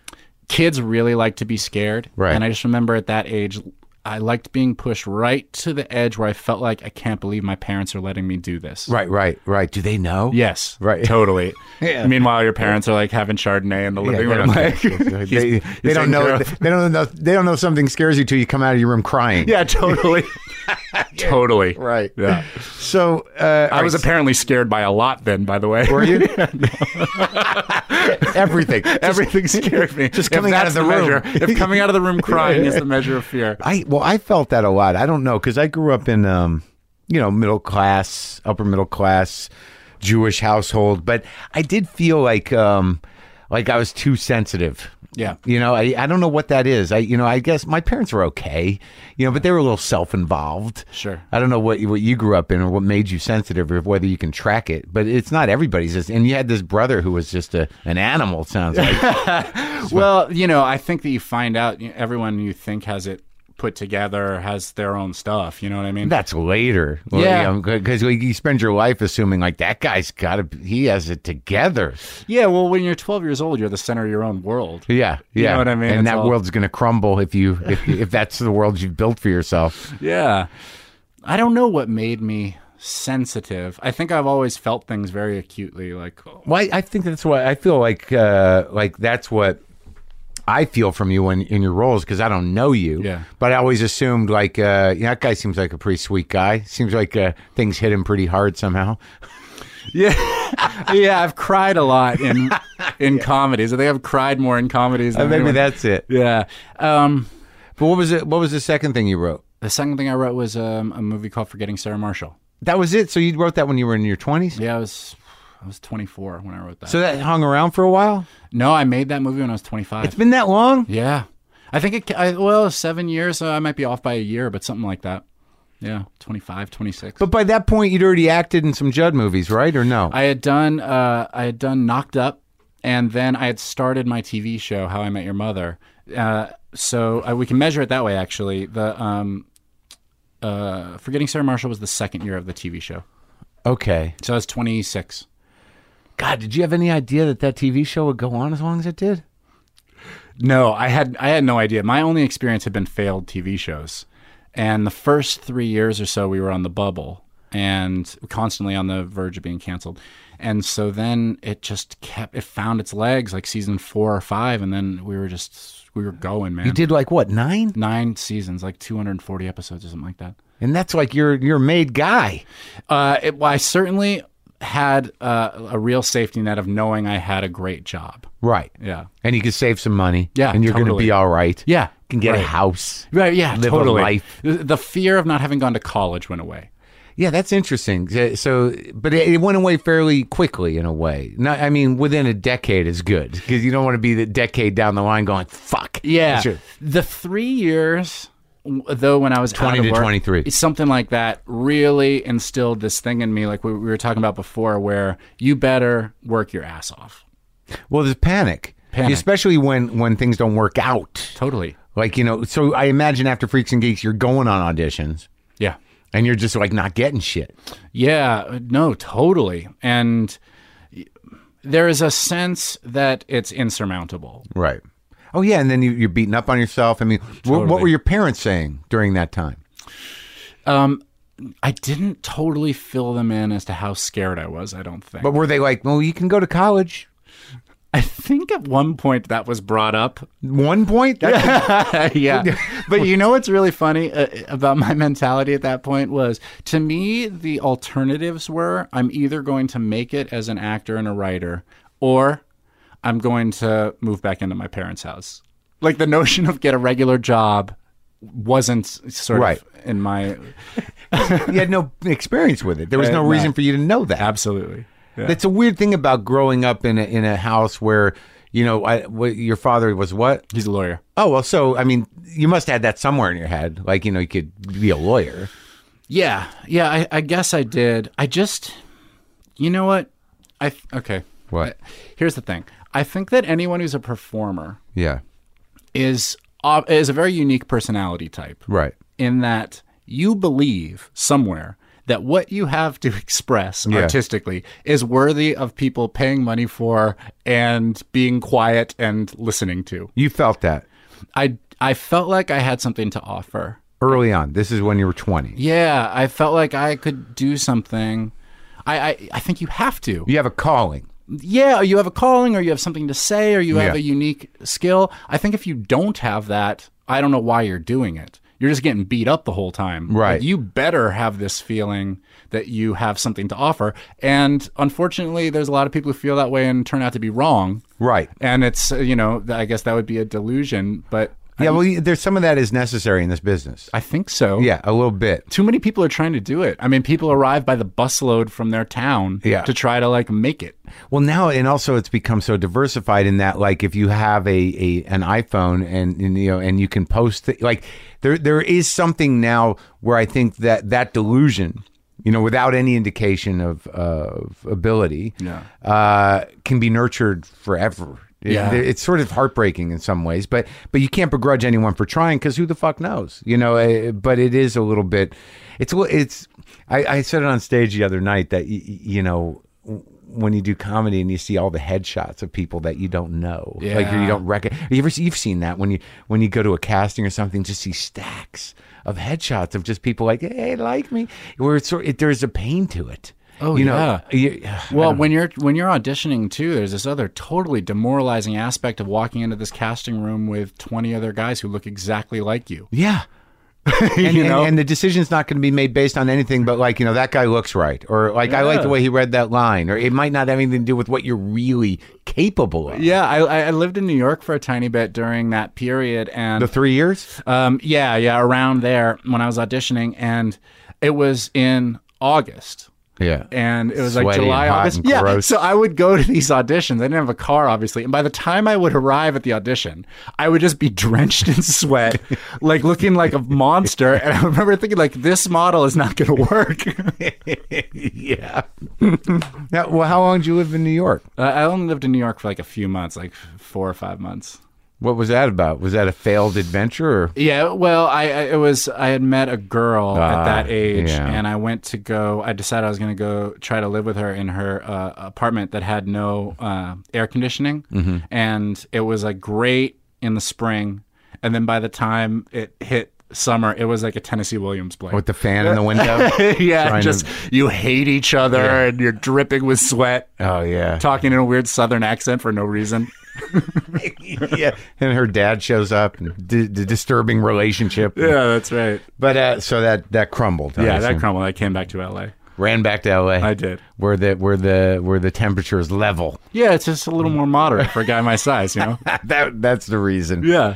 Speaker 3: kids really like to be scared.
Speaker 1: Right.
Speaker 3: And I just remember at that age, I liked being pushed right to the edge where I felt like I can't believe my parents are letting me do this.
Speaker 1: Right, right, right. Do they know?
Speaker 3: Yes.
Speaker 1: Right.
Speaker 3: Totally.
Speaker 1: Yeah.
Speaker 3: Meanwhile, your parents are like having Chardonnay in the
Speaker 1: Yeah,
Speaker 3: living
Speaker 1: they,
Speaker 3: room.
Speaker 1: don't,
Speaker 3: Like,
Speaker 1: they,
Speaker 3: he's-
Speaker 1: they
Speaker 3: he's
Speaker 1: don't
Speaker 3: saying,
Speaker 1: know.
Speaker 3: "Girl."
Speaker 1: They don't know. They don't know something scares you till you come out of your room crying.
Speaker 3: Yeah, totally. totally.
Speaker 1: Right.
Speaker 3: Yeah.
Speaker 1: So uh,
Speaker 3: I was apparently scared by a lot then, by the way.
Speaker 1: Were you? Everything.
Speaker 3: Everything scared me.
Speaker 1: Just
Speaker 3: If
Speaker 1: coming out
Speaker 3: that's
Speaker 1: of the room.
Speaker 3: measure- if coming out of the room crying is the measure of fear.
Speaker 1: I well, I felt that a lot. I don't know because I grew up in, um, you know, middle class, upper middle class, Jewish household, but I did feel like, um, like I was too sensitive.
Speaker 3: Yeah.
Speaker 1: you know, I, I don't know what that is. I you know, I guess my parents were okay, you know, but they were a little self involved.
Speaker 3: Sure.
Speaker 1: I don't know what you- what you grew up in or what made you sensitive or whether you can track it, but it's not everybody's. Just, and you had this brother who was just a an animal. it Sounds like
Speaker 3: Well, you know, I think that you find out you know, everyone you think has it put together has their own stuff. You know what I mean?
Speaker 1: that's later. Well,
Speaker 3: Yeah.
Speaker 1: because you spend your life assuming like that guy's got to he has it together.
Speaker 3: yeah. Well, when you're 12 years old, you're the center of your own world.
Speaker 1: Yeah, yeah.
Speaker 3: You know what I mean?
Speaker 1: And
Speaker 3: It's
Speaker 1: that
Speaker 3: all-
Speaker 1: world's gonna crumble if you if, if that's the world you've built for yourself.
Speaker 3: Yeah. I don't know what made me sensitive. I think I've always felt things very acutely. Like, oh,
Speaker 1: Well, I, I think that's what I feel like. Uh, like that's what I feel from you in, in your roles because I don't know you.
Speaker 3: Yeah.
Speaker 1: But I always assumed like, uh, you know, that guy seems like a pretty sweet guy. Seems like uh, things hit him pretty hard somehow.
Speaker 3: yeah, yeah. I've cried a lot in in comedies. I think I've cried more in comedies. Than
Speaker 1: Maybe
Speaker 3: anyone-
Speaker 1: that's it.
Speaker 3: Yeah. Um,
Speaker 1: But what was it? What was the second thing you wrote?
Speaker 3: the second thing I wrote was um, a movie called Forgetting Sarah Marshall.
Speaker 1: That was it. So you wrote that when you were in your twenties.
Speaker 3: Yeah, I was I was 24 when I wrote that.
Speaker 1: So that hung around for a while.
Speaker 3: No, I made that movie when I was 25.
Speaker 1: It's been that long.
Speaker 3: yeah. I think it, ca- I, well, seven years. So I might be off by a year, but something like that. Yeah, 25, 26.
Speaker 1: But by that point, you'd already acted in some Judd movies, right? Or no?
Speaker 3: I had done, uh, I had done Knocked Up, and then I had started my TV show, How I Met Your Mother. Uh, so I, we can measure it that way, actually. The um, uh, Forgetting Sarah Marshall was the second year of the TV show.
Speaker 1: okay.
Speaker 3: So I was 26.
Speaker 1: God, did you have any idea that that TV show would go on as long as it did?
Speaker 3: No, I had I had no idea. My only experience had been failed TV shows, and the first three years or so we were on the bubble and constantly on the verge of being canceled. And so then it just kept it found its legs like season four or five, and then we were just we were going man.
Speaker 1: You did like what nine?
Speaker 3: Nine seasons, like 240 episodes or something like that.
Speaker 1: And that's like you're you're a made guy.
Speaker 3: Uh, it, well, I certainly had uh, a real safety net of knowing I had a great job.
Speaker 1: Right.
Speaker 3: Yeah.
Speaker 1: And you can save some money.
Speaker 3: Yeah,
Speaker 1: And you're going to
Speaker 3: totally.
Speaker 1: be all right.
Speaker 3: Yeah.
Speaker 1: can get a
Speaker 3: right.
Speaker 1: house.
Speaker 3: Right, yeah,
Speaker 1: Live a
Speaker 3: totally.
Speaker 1: life.
Speaker 3: The- The fear of not having gone to college went away.
Speaker 1: Yeah, that's interesting. So- So, but it, it went away fairly quickly in a way. Not, I mean, within a decade is good because you don't want to be the decade down the line going, fuck.
Speaker 3: Yeah.
Speaker 1: Sure.
Speaker 3: The three years, w- though, when I was
Speaker 1: 20
Speaker 3: out of
Speaker 1: to
Speaker 3: work,
Speaker 1: 23.
Speaker 3: something like that really instilled this thing in me, like we, we were talking about before, where you better work your ass off.
Speaker 1: Well, there's panic.
Speaker 3: Panic.
Speaker 1: Especially when, when things don't work out.
Speaker 3: Totally.
Speaker 1: Like, you know, so I imagine after Freaks and Geeks, you're going on auditions
Speaker 3: Yeah.
Speaker 1: and you're just like not getting shit.
Speaker 3: Yeah. No, totally. And y- there is a sense that it's insurmountable.
Speaker 1: Right. Oh, yeah. And then you, you're beating up on yourself. I mean, wh- what
Speaker 3: Totally.
Speaker 1: were your parents saying during that time?
Speaker 3: I didn't totally fill them in as to how scared I was, I don't think.
Speaker 1: But were they like, well, you can go to college?
Speaker 3: I think at one point that was brought up.
Speaker 1: One point? That's
Speaker 3: yeah. But you know what's really funny uh, about my mentality at that point was to me, the alternatives were I'm either going to make it as an actor and a writer, or I'm going to move back into my parents' house. Like the notion of get a regular job wasn't sort
Speaker 1: Right.
Speaker 3: of in my.
Speaker 1: you had no experience with it. There was no
Speaker 3: Uh, no.
Speaker 1: reason for you to know that.
Speaker 3: Absolutely. Yeah.
Speaker 1: That's a weird thing about growing up in a, in a house where you know I, what, your father was what?
Speaker 3: He's a lawyer.
Speaker 1: Oh well, so I mean, you must have had that somewhere in your head. Like you know, you could be a lawyer.
Speaker 3: Yeah, yeah. I, I guess I did. I just, you know what? I th- okay.
Speaker 1: What?
Speaker 3: Here's the thing. I think that anyone who's a performer
Speaker 1: Yeah.
Speaker 3: is uh, is a very unique personality type.
Speaker 1: Right.
Speaker 3: In that you believe somewhere that what you have to express artistically is worthy of people paying money for and being quiet and listening to.
Speaker 1: You felt that
Speaker 3: I I felt like I had something to offer.
Speaker 1: early on. This is when you were twenty.
Speaker 3: Yeah, I felt like I could do something. I, I, I think you have to.
Speaker 1: You have a calling.
Speaker 3: Yeah, you have a calling or you have something to say or you have
Speaker 1: Yeah.
Speaker 3: a unique skill. I think if you don't have that, I don't know why you're doing it. You're just getting beat up the whole time.
Speaker 1: Right.
Speaker 3: Like, you better have this feeling that you have something to offer. And unfortunately, there's a lot of people who feel that way and turn out to be wrong.
Speaker 1: Right.
Speaker 3: And it's, uh, you know, I guess that would be a delusion, but
Speaker 1: Yeah. Well, you- there's some of that is necessary in this business.
Speaker 3: I think so.
Speaker 1: Yeah, a little bit.
Speaker 3: too many people are trying to do it. I mean, people arrive by the busload from their town
Speaker 1: Yeah.
Speaker 3: to try to like make it.
Speaker 1: Well, now and also it's become so diversified in that, like, if you have a, a an iPhone and, and you know and you can post th- like there there is something now where I think that that delusion, you know, without any indication of of ability,
Speaker 3: Yeah.
Speaker 1: uh, can be nurtured forever. It-
Speaker 3: Yeah.
Speaker 1: it's sort of heartbreaking in some ways, but but you can't begrudge anyone for trying because who the fuck knows, you know? eh, But it is a little bit. It's a li- it's. I, I said it on stage the other night that y- y- you know w- when you do comedy and you see all the headshots of people that you don't know, like or you
Speaker 3: Yeah.
Speaker 1: don't recognize. You ever see- you've seen that when you when you go to a casting or something, just see stacks of headshots of just people like hey like me, where it's sort it, there's a pain to it.
Speaker 3: Oh,
Speaker 1: you
Speaker 3: yeah.
Speaker 1: know, you-
Speaker 3: Well, when you're when you're auditioning too, there's this other totally demoralizing aspect of walking into this casting room with 20 other guys who look exactly like you.
Speaker 1: Yeah. and, and-
Speaker 3: know?
Speaker 1: and the decision's not going to be made based on anything but like you know that guy looks right or like i like the
Speaker 3: Yeah.
Speaker 1: way he read that line or it might not have anything to do with what you're really capable of
Speaker 3: Yeah, I, I- I lived in New York for a tiny bit during that period, and
Speaker 1: the three years
Speaker 3: Um, yeah, yeah, around there when I was auditioning, and it was in August.
Speaker 1: Yeah.
Speaker 3: and it was like
Speaker 1: Sweaty and
Speaker 3: July,
Speaker 1: hot
Speaker 3: August.
Speaker 1: and
Speaker 3: Yeah,
Speaker 1: gross.
Speaker 3: so I would go to these auditions. I didn't have a car, obviously, and by the time I would arrive at the audition, I would just be drenched in sweat, like looking like a monster. And I remember thinking, like, this model is not going to work.
Speaker 1: yeah now, well how long did you live in new york
Speaker 3: uh, I only lived in New York for like a few months, like four or five months.
Speaker 1: what was that about was that a failed adventure or
Speaker 3: Yeah, well, I, I it was I had met a girl
Speaker 1: Ah,
Speaker 3: at that age,
Speaker 1: yeah.
Speaker 3: and I went to go. I decided I was going to go try to live with her in her uh, apartment that had no uh, air conditioning, and it was like great in the spring, and then by the time it hit summer, it was like a Tennessee Williams play.
Speaker 1: with the fan in the window
Speaker 3: yeah,
Speaker 1: Trying to-
Speaker 3: just you hate each other, and you're dripping with sweat,
Speaker 1: oh yeah
Speaker 3: talking in a weird Southern accent for no reason.
Speaker 1: yeah and her dad shows up and d- d- disturbing relationship
Speaker 3: yeah, that's right.
Speaker 1: but uh so that that crumbled
Speaker 3: Yeah, that
Speaker 1: obviously.
Speaker 3: crumbled. I came back to LA.
Speaker 1: Ran back to LA.
Speaker 3: I did.
Speaker 1: Where the where the where the temperature is level.
Speaker 3: Yeah, it's just a little more moderate for a guy my size, you know?
Speaker 1: that that's the reason.
Speaker 3: yeah.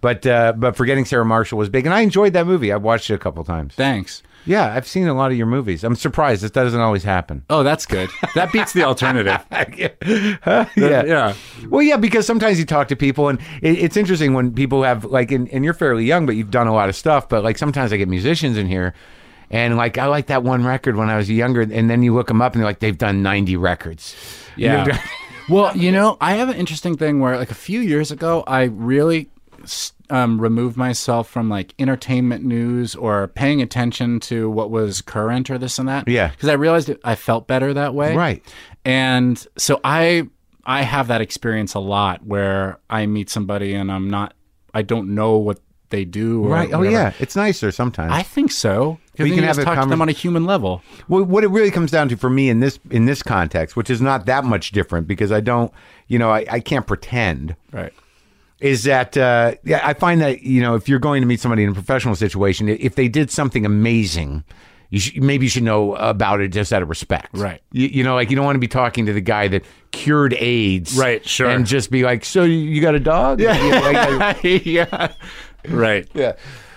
Speaker 1: But uh, but forgetting Sarah Marshall was big, and I enjoyed that movie. I watched it a couple times.
Speaker 3: Thanks.
Speaker 1: Yeah, I've seen a lot of your movies. I'm surprised this doesn't always happen.
Speaker 3: Oh, that's good. That beats the alternative.
Speaker 1: yeah.
Speaker 3: yeah.
Speaker 1: Well, yeah, because sometimes you talk to people, and it, it's interesting when people have like, and, and you're fairly young, but you've done a lot of stuff. But like sometimes I get musicians in here, and like I like that one record when I was younger, and then you look them up, and they're like they've done 90 records. You know,
Speaker 3: Yeah. well, you know, I have an interesting thing where, like, a few years ago, I really s- um, removed myself from like entertainment news or paying attention to what was current or this and that.
Speaker 1: Yeah.
Speaker 3: because I realized it, I felt better that way.
Speaker 1: Right.
Speaker 3: and so I I have that experience a lot where I meet somebody and I'm not I don't know what they do. Or
Speaker 1: right. Oh
Speaker 3: whatever.
Speaker 1: yeah, it's nicer sometimes.
Speaker 3: I think so.
Speaker 1: We
Speaker 3: Because you
Speaker 1: can
Speaker 3: can
Speaker 1: have
Speaker 3: just
Speaker 1: a
Speaker 3: talk to
Speaker 1: convers-
Speaker 3: them on a human level.
Speaker 1: Well, what it really comes down to for me in this in this context, which is not that much different because I don't, you know, I, I can't pretend,
Speaker 3: Right.
Speaker 1: is that uh, yeah, I find that you know if you're going to meet somebody in a professional situation, i- if they did something amazing. You sh- maybe you should know about it just out of respect,
Speaker 3: Right.
Speaker 1: You, you know, like you don't want to be talking to the guy that cured AIDS,
Speaker 3: Right, sure.
Speaker 1: and just be like, "So you- you got a dog?" Yeah,
Speaker 3: yeah. Right.
Speaker 1: yeah.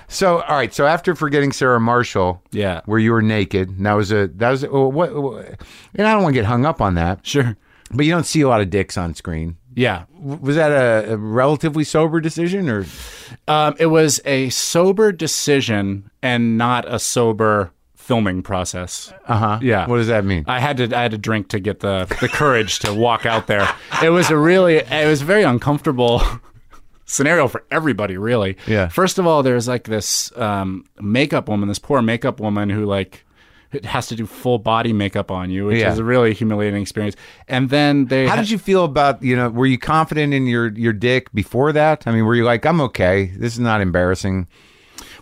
Speaker 1: So, all right. So after forgetting Sarah Marshall,
Speaker 3: Yeah.
Speaker 1: where you were naked, and that was a that was a, well, what, what- and I don't want to get hung up on that,
Speaker 3: Sure.
Speaker 1: but you don't see a lot of dicks on screen.
Speaker 3: Yeah.
Speaker 1: W- Was that a, a relatively sober decision, or
Speaker 3: Um, it was a sober decision and not a sober filming process.
Speaker 1: uh huh?
Speaker 3: Uh-huh. Yeah.
Speaker 1: What does that mean?
Speaker 3: I had to I had to drink to get the the courage to walk out there. It was a really it was a very uncomfortable scenario for everybody really.
Speaker 1: Yeah.
Speaker 3: First of all, there's like this um, makeup woman, this poor makeup woman who like has to do full body makeup on you, which
Speaker 1: Yeah.
Speaker 3: is a really humiliating experience. And then they
Speaker 1: How
Speaker 3: ha-
Speaker 1: did you feel about you know? Were you confident in your your dick before that? I mean, were you like, I'm okay. This is not embarrassing.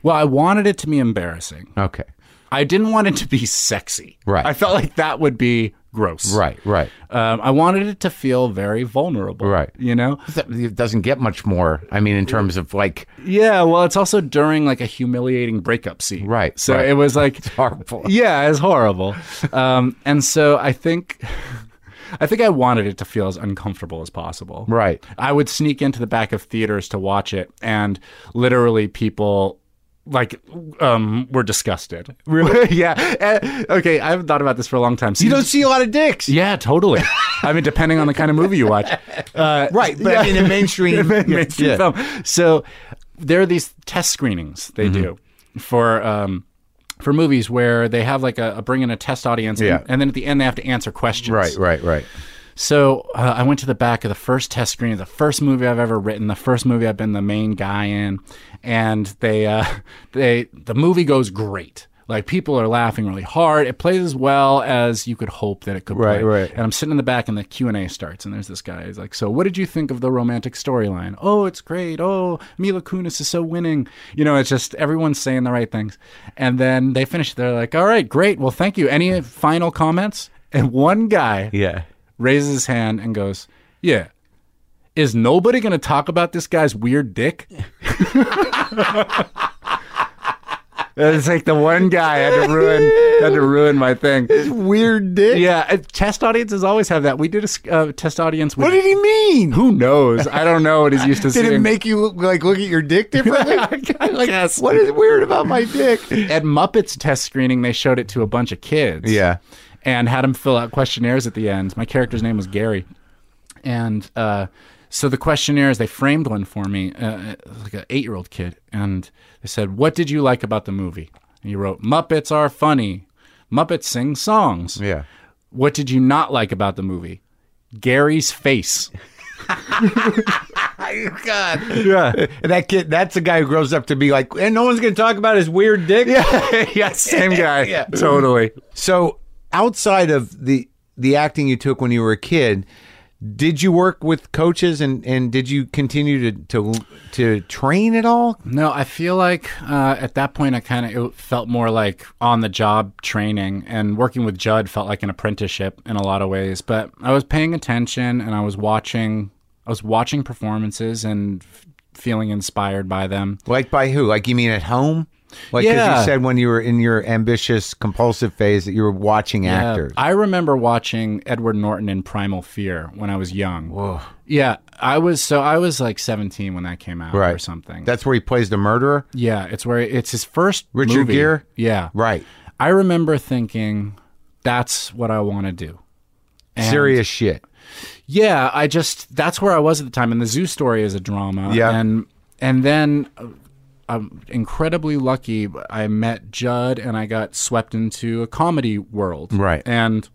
Speaker 3: well, I wanted it to be embarrassing.
Speaker 1: Okay.
Speaker 3: I didn't want it to be sexy.
Speaker 1: Right.
Speaker 3: I felt like that would be gross.
Speaker 1: Right. Right.
Speaker 3: Um, I wanted it to feel very vulnerable.
Speaker 1: Right.
Speaker 3: You know?
Speaker 1: It doesn't get much more. I mean, in terms of like
Speaker 3: Yeah, well, it's also during like a humiliating breakup scene.
Speaker 1: Right,
Speaker 3: So
Speaker 1: right.
Speaker 3: it was like
Speaker 1: horrible.
Speaker 3: Yeah, it's horrible. um, and so I think I think I wanted it to feel as uncomfortable as possible.
Speaker 1: Right.
Speaker 3: I would sneak into the back of theaters to watch it and literally people like um were disgusted. Really? yeah. Eh, okay, I haven't thought about this for a long time.
Speaker 1: You don't see a lot of dicks.
Speaker 3: Yeah, totally. I mean, depending on the kind of movie you watch. Uh,
Speaker 1: Right, but I mean, in mainstream-
Speaker 3: mainstream
Speaker 1: yeah.
Speaker 3: film. So there are these test screenings they
Speaker 1: Mm-hmm.
Speaker 3: do for um, for movies where they have like a, a bring in a test audience,
Speaker 1: Yeah.
Speaker 3: and, and then at the end they have to answer questions.
Speaker 1: Right. Right. Right.
Speaker 3: So uh, I went to the back of the first test screening, the first movie I've ever written, the first movie I've been the main guy in, and they uh, they the movie goes great. Like people are laughing really hard. It plays as well as you could hope that it could
Speaker 1: Right,
Speaker 3: play.
Speaker 1: right.
Speaker 3: And I'm sitting in the back, and the Q and A starts, and there's this guy. He's like, "So, what did you think of the romantic storyline? Oh, it's great. Oh, Mila Kunis is so winning. You know, it's just everyone's saying the right things." And then they finish. They're like, "All right, great. Well, thank you. Any final comments?" And one guy
Speaker 1: Yeah.
Speaker 3: raises his hand and goes, "Yeah, is nobody going to talk about this guy's weird dick?" it's like the one guy had to ruin had to ruin my thing.
Speaker 1: Weird dick.
Speaker 3: Yeah, uh, test audiences always have that. We did a s- uh, test audience with
Speaker 1: What did he mean?
Speaker 3: who knows? I don't know what he's used to
Speaker 1: Did it
Speaker 3: seeing.
Speaker 1: make you look, like look at your dick differently?
Speaker 3: I guess.
Speaker 1: What is weird about my dick?
Speaker 3: At Muppets test screening, they showed it to a bunch of kids.
Speaker 1: Yeah.
Speaker 3: and had him fill out questionnaires at the end. My character's name was Gary, and uh, so the questionnaires they framed one for me, uh, it was like an eight-year-old kid, and they said, "What did you like about the movie?" And you wrote, "Muppets are funny. Muppets sing songs."
Speaker 1: Yeah.
Speaker 3: What did you not like about the movie? Gary's face.
Speaker 1: God. Yeah. That kid. That's a guy who grows up to be like, and no one's going to talk about his weird dick.
Speaker 3: yeah, same guy.
Speaker 1: Yeah.
Speaker 3: Totally.
Speaker 1: So, outside of the the acting you took when you were a kid, did you work with coaches and and did you continue to to to train at all?
Speaker 3: No, I feel like uh, at that point I kind of it felt more like on the job training and working with Judd felt like an apprenticeship in a lot of ways. But I was paying attention and I was watching, I was watching performances and f- feeling inspired by them.
Speaker 1: Like by who? Like you mean at home? Like, 'cause
Speaker 3: Yeah.
Speaker 1: you said when you were in your ambitious, compulsive phase that you were watching
Speaker 3: Yeah.
Speaker 1: actors.
Speaker 3: Uh, I remember watching Edward Norton in Primal Fear when I was young. Whoa. Yeah, I was so I was like 17 when that came out or
Speaker 1: Right.
Speaker 3: something.
Speaker 1: That's where he plays the murderer.
Speaker 3: yeah, it's where it's his first
Speaker 1: Richard
Speaker 3: movie.
Speaker 1: Gere?
Speaker 3: Yeah.
Speaker 1: Right.
Speaker 3: I remember thinking that's what I want to do. And-
Speaker 1: Serious shit.
Speaker 3: Yeah, I just that's where I was at the time and the zoo story is a drama
Speaker 1: Yeah.
Speaker 3: and and then uh, I'm incredibly lucky I met Judd and I got swept into a comedy world.
Speaker 1: Right.
Speaker 3: And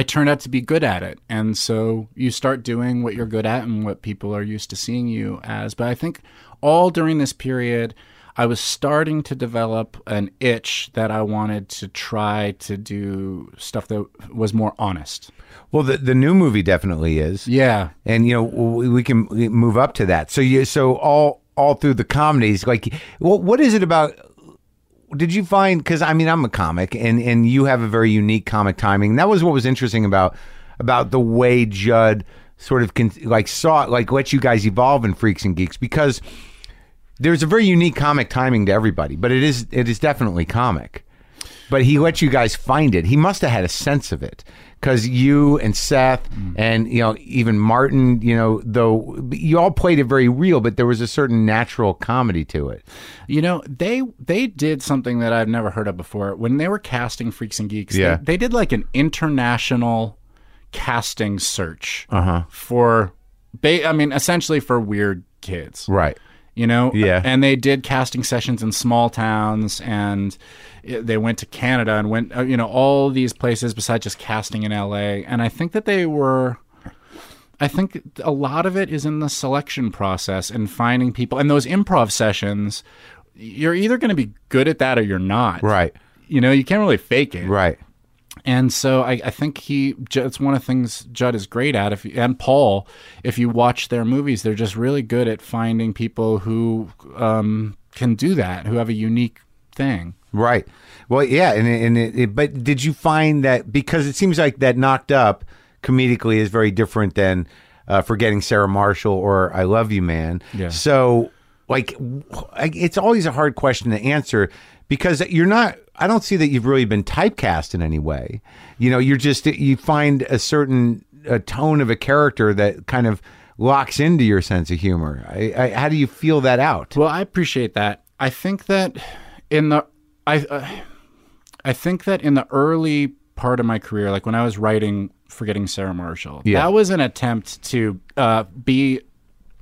Speaker 3: I turned out to be good at it. And so you start doing what you're good at and what people are used to seeing you as. But I think all during this period, I was starting to develop an itch that I wanted to try to do stuff that was more honest.
Speaker 1: Well, the, the new movie definitely is.
Speaker 3: Yeah.
Speaker 1: and you know we we can move up to that. So you so all all through the comedies, like what what is it about? Did you find because I mean I'm a comic and and you have a very unique comic timing. That was what was interesting about about the way Judd sort of con- like saw it, like let you guys evolve in Freaks and Geeks because there's a very unique comic timing to everybody, but it is it is definitely comic. But he let you guys find it. He must have had a sense of it because you and Seth and you know even Martin, you know, though you all played it very real, but there was a certain natural comedy to it.
Speaker 3: You know, they they did something that I've never heard of before. When they were casting Freaks and Geeks,
Speaker 1: Yeah.
Speaker 3: they, they did like an international casting search for, ba- I mean, essentially for weird kids.
Speaker 1: Right.
Speaker 3: You know,
Speaker 1: Yeah.
Speaker 3: and they did casting sessions in small towns, and it- they went to Canada and went, uh, you know, all these places besides just casting in L.A. And I think that they were, I think a lot of it is in the selection process and finding people. And those improv sessions, you're either going to be good at that or you're not.
Speaker 1: Right.
Speaker 3: You know, you can't really fake it.
Speaker 1: Right.
Speaker 3: And so I, I think he Ju- it's one of the things Judd is great at. If you- and Paul, if you watch their movies, they're just really good at finding people who um, can do that, who have a unique thing.
Speaker 1: Right. Well, yeah, and it- and it, it, but did you find that because it seems like that knocked up comedically is very different than uh, forgetting Sarah Marshall or I Love You Man.
Speaker 3: Yeah.
Speaker 1: So like w- I- it's always a hard question to answer because you're not I don't see that you've really been typecast in any way. You know, you're just you find a certain a tone of a character that kind of locks into your sense of humor. I, I, how do you feel that out?
Speaker 3: Well, I appreciate that. I think that in the I uh, I think that in the early part of my career, like when I was writing Forgetting Sarah Marshall,
Speaker 1: Yeah.
Speaker 3: that was an attempt to uh, be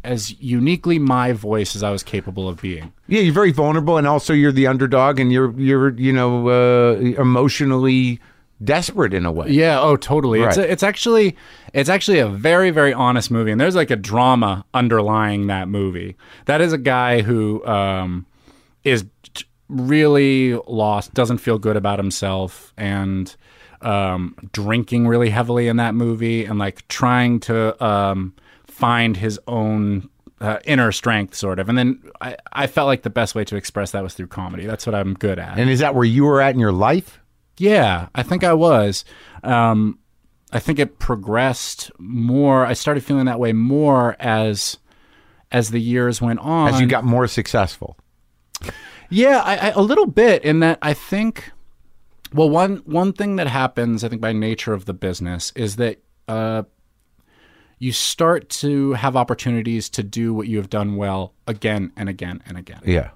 Speaker 3: as uniquely my voice as I was capable of being.
Speaker 1: Yeah, you're very vulnerable, and also you're the underdog, and you're you're you know uh, emotionally desperate in a way.
Speaker 3: Yeah. Oh, totally. It's
Speaker 1: Right.
Speaker 3: a, it's actually it's actually a very very honest movie, and there's like a drama underlying that movie. That is a guy who um, is t- really lost, doesn't feel good about himself, and um, drinking really heavily in that movie, and like trying to um, find his own. Uh, inner strength, sort of, and then I, I felt like the best way to express that was through comedy. That's what I'm good at.
Speaker 1: And is that where you were at in your life?
Speaker 3: Yeah, I think I was. Um, I think it progressed more. I started feeling that way more as as the years went on.
Speaker 1: As you got more successful,
Speaker 3: yeah, I, I, a little bit in that I think. Well, one one thing that happens, I think, by nature of the business is that uh, you start to have opportunities to do what you have done well again and again and again
Speaker 1: yeah.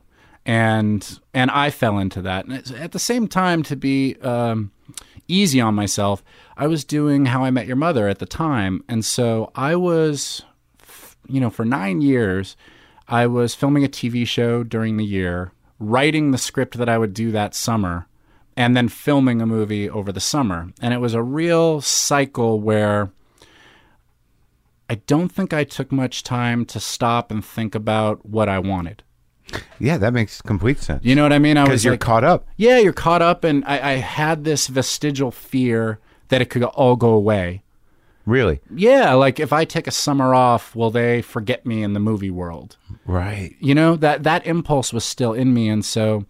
Speaker 3: and and I fell into that. And it's- at the same time, to be um, easy on myself, I was doing How I Met Your Mother at the time, and so I was, f- you know, for nine years, I was filming a TV show during the year, writing the script that I would do that summer, and then filming a movie over the summer, and it was a real cycle where. I don't think I took much time to stop and think about what I wanted.
Speaker 1: Yeah, that makes complete sense.
Speaker 3: You know what I mean? I
Speaker 1: Because
Speaker 3: was
Speaker 1: you're
Speaker 3: like,
Speaker 1: caught up.
Speaker 3: yeah, you're caught up, and I, I had this vestigial fear that it could all go away.
Speaker 1: Really.
Speaker 3: Yeah, like if I take a summer off, will they forget me in the movie world?
Speaker 1: Right.
Speaker 3: You know that that impulse was still in me, and so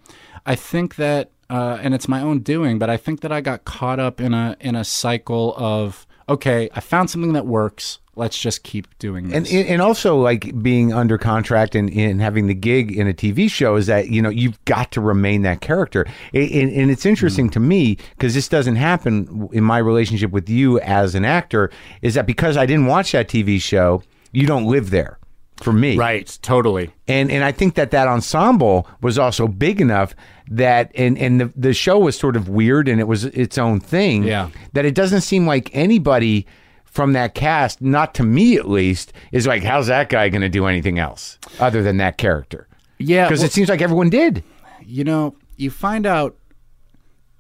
Speaker 3: I think that, uh, and it's my own doing, but I think that I got caught up in a in a cycle of okay, I found something that works. Let's just keep doing this.
Speaker 1: And and also like being under contract and, and having the gig in a TV show is that you know you've got to remain that character. A- And, and it's interesting to me because this doesn't happen w- in my relationship with you as an actor. Is that because I didn't watch that TV show, you don't live there for me,
Speaker 3: right, totally.
Speaker 1: and and I think that that ensemble was also big enough that and and the the show was sort of weird and it was its own thing.
Speaker 3: Yeah.
Speaker 1: that it doesn't seem like anybody from that cast, not to me at least, is like, how's that guy going to do anything else other than that character?
Speaker 3: Yeah,
Speaker 1: because
Speaker 3: well-
Speaker 1: it seems like everyone did.
Speaker 3: you know, you find out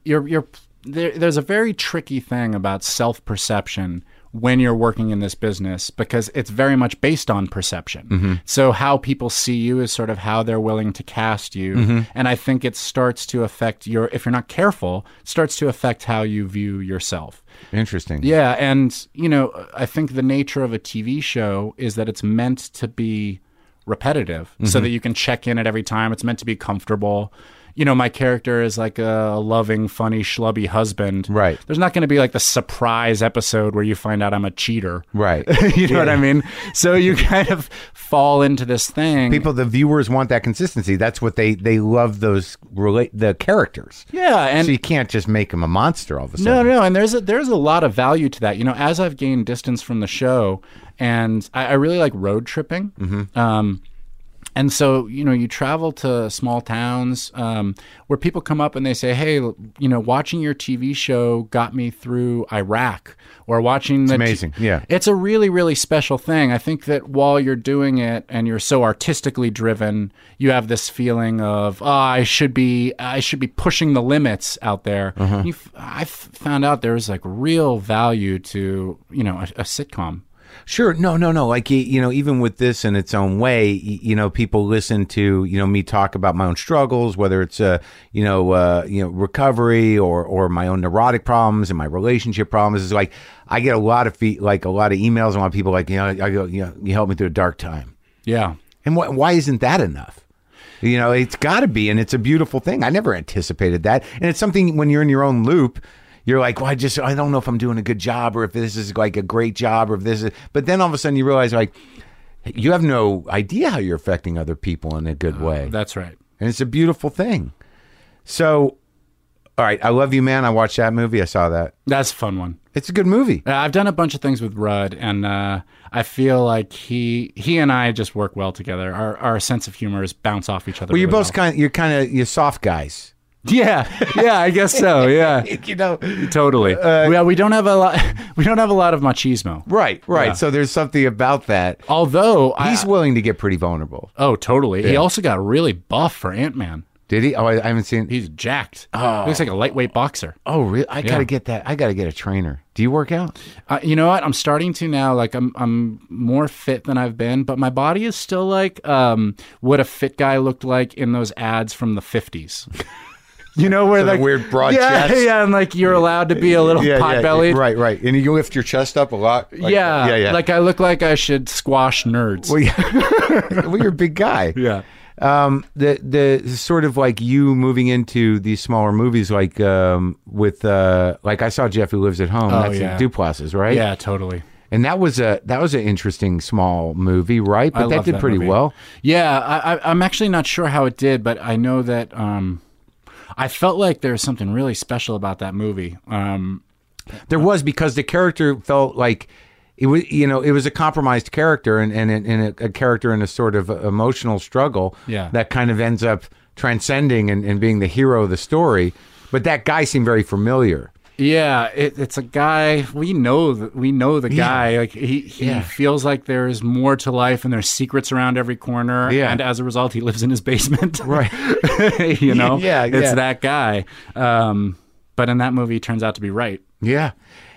Speaker 3: you're you're there, there's a very tricky thing about self-perception when you're working in this business because it's very much based on perception. So how people see you is sort of how they're willing to cast you and I think it starts to affect your if you're not careful, it starts to affect how you view yourself.
Speaker 1: Interesting.
Speaker 3: Yeah, and you know, I think the nature of a TV show is that it's meant to be repetitive, so that
Speaker 1: Mm-hmm.
Speaker 3: you can check in at every time. It's meant to be comfortable. You know, my character is like a loving, funny, schlubby husband.
Speaker 1: Right.
Speaker 3: There's not going to be like the surprise episode where you find out I'm a cheater.
Speaker 1: Right.
Speaker 3: you know what I mean? So you kind of fall into this thing.
Speaker 1: People, the viewers want that consistency. That's what they they love those relate the characters.
Speaker 3: yeah, and
Speaker 1: so you can't just make them a monster all of a sudden.
Speaker 3: No, no, and there's a, there's a lot of value to that. You know, as I've gained distance from the show, and I, I really like road tripping. Um, and so you know, you travel to small towns um, where people come up and they say, "Hey, l- you know, watching your TV show got me through Iraq," or watching the
Speaker 1: amazing, yeah.
Speaker 3: it's a really really special thing i think that while you're doing it and you're so artistically driven you have this feeling of oh, i should be i should be pushing the limits out there
Speaker 1: Uh-huh.
Speaker 3: you f- i f- found out there was like real value to you know a, a sitcom
Speaker 1: Sure. No, no, no. Like, y- you know, even with this in its own way, y- you know, people listen to, you know, me talk about my own struggles, whether it's, uh, you know, uh, you know, recovery or, or my own neurotic problems and my relationship problems. It's like, I get a lot of, fe- like, a lot of emails and a lot of people like, you know, I go, you know, you helped me through a dark time.
Speaker 3: yeah
Speaker 1: And wh- why isn't that enough? You know, it's got to be, and it's a beautiful thing. I never anticipated that, and it's something when you're in your own loop, you're like, well, I just I don't know if I'm doing a good job or if this is like a great job or if this is. But then all of a sudden you realize like you have no idea how you're affecting other people in a good way,
Speaker 3: that's right
Speaker 1: and it's a beautiful thing. So, all right, I love you, man. I watched that movie. I saw that.
Speaker 3: that's a fun one
Speaker 1: It's a good movie.
Speaker 3: Uh, I've done a bunch of things with Rudd, and uh, I feel like he he and I just work well together. Our our sense of humor is bounce off each other.
Speaker 1: Well, you're
Speaker 3: really
Speaker 1: both kind. You're kind of you're soft guys.
Speaker 3: well. yeah, yeah. I guess so. Yeah,
Speaker 1: You know,
Speaker 3: totally.
Speaker 1: Uh,
Speaker 3: yeah, we don't have a lot. We don't have a lot of machismo.
Speaker 1: right, right. So there's something about that.
Speaker 3: Although I-
Speaker 1: He's willing to get pretty vulnerable.
Speaker 3: oh, totally. He also got really buff for Ant Man.
Speaker 1: Did he? Oh, I, I haven't seen.
Speaker 3: He's jacked. Oh. Looks like a lightweight boxer.
Speaker 1: oh, really? I gotta get that. I gotta get a trainer. Do you work out?
Speaker 3: Uh, you know what? I'm starting to now. Like I'm, I'm more fit than I've been, but my body is still like um, what a fit guy looked like in those ads from the 50s. You know where
Speaker 1: So the
Speaker 3: like
Speaker 1: weird broad
Speaker 3: yeah,
Speaker 1: chest?
Speaker 3: yeah, and like you're allowed to be a little pot bellied,
Speaker 1: Right, right. And you lift your chest up a lot. like-
Speaker 3: yeah,
Speaker 1: yeah, yeah.
Speaker 3: Like I look like I should squash nerds.
Speaker 1: well, yeah. well, you're a big guy.
Speaker 3: yeah.
Speaker 1: Um, the the sort of like you moving into these smaller movies, like um, with uh, like I saw Jeff who lives at home.
Speaker 3: Oh,
Speaker 1: That's
Speaker 3: yeah.
Speaker 1: in Duplass's, right?
Speaker 3: Yeah, totally.
Speaker 1: And that was a that was an interesting small movie, right? But
Speaker 3: I
Speaker 1: that
Speaker 3: love
Speaker 1: did pretty
Speaker 3: movie.
Speaker 1: well.
Speaker 3: Yeah, I, I, I'm actually not sure how it did, but I know that um, I felt like there was something really special about that movie. Um,
Speaker 1: There was because the character felt like it was, you know, it was a compromised character and and, and a, a character in a sort of emotional struggle
Speaker 3: Yeah.
Speaker 1: that kind of ends up transcending and, and being the hero of the story. But that guy seemed very familiar.
Speaker 3: yeah, it, it's a guy we know. th- We know the guy. Like he, he
Speaker 1: Yeah.
Speaker 3: feels like there's more to life, and there's secrets around every corner.
Speaker 1: Yeah.
Speaker 3: and as a result, he lives in his basement.
Speaker 1: Right.
Speaker 3: you know.
Speaker 1: Yeah,
Speaker 3: it's
Speaker 1: yeah.
Speaker 3: that guy. Um, but in that movie, he turns out to be right.
Speaker 1: Yeah.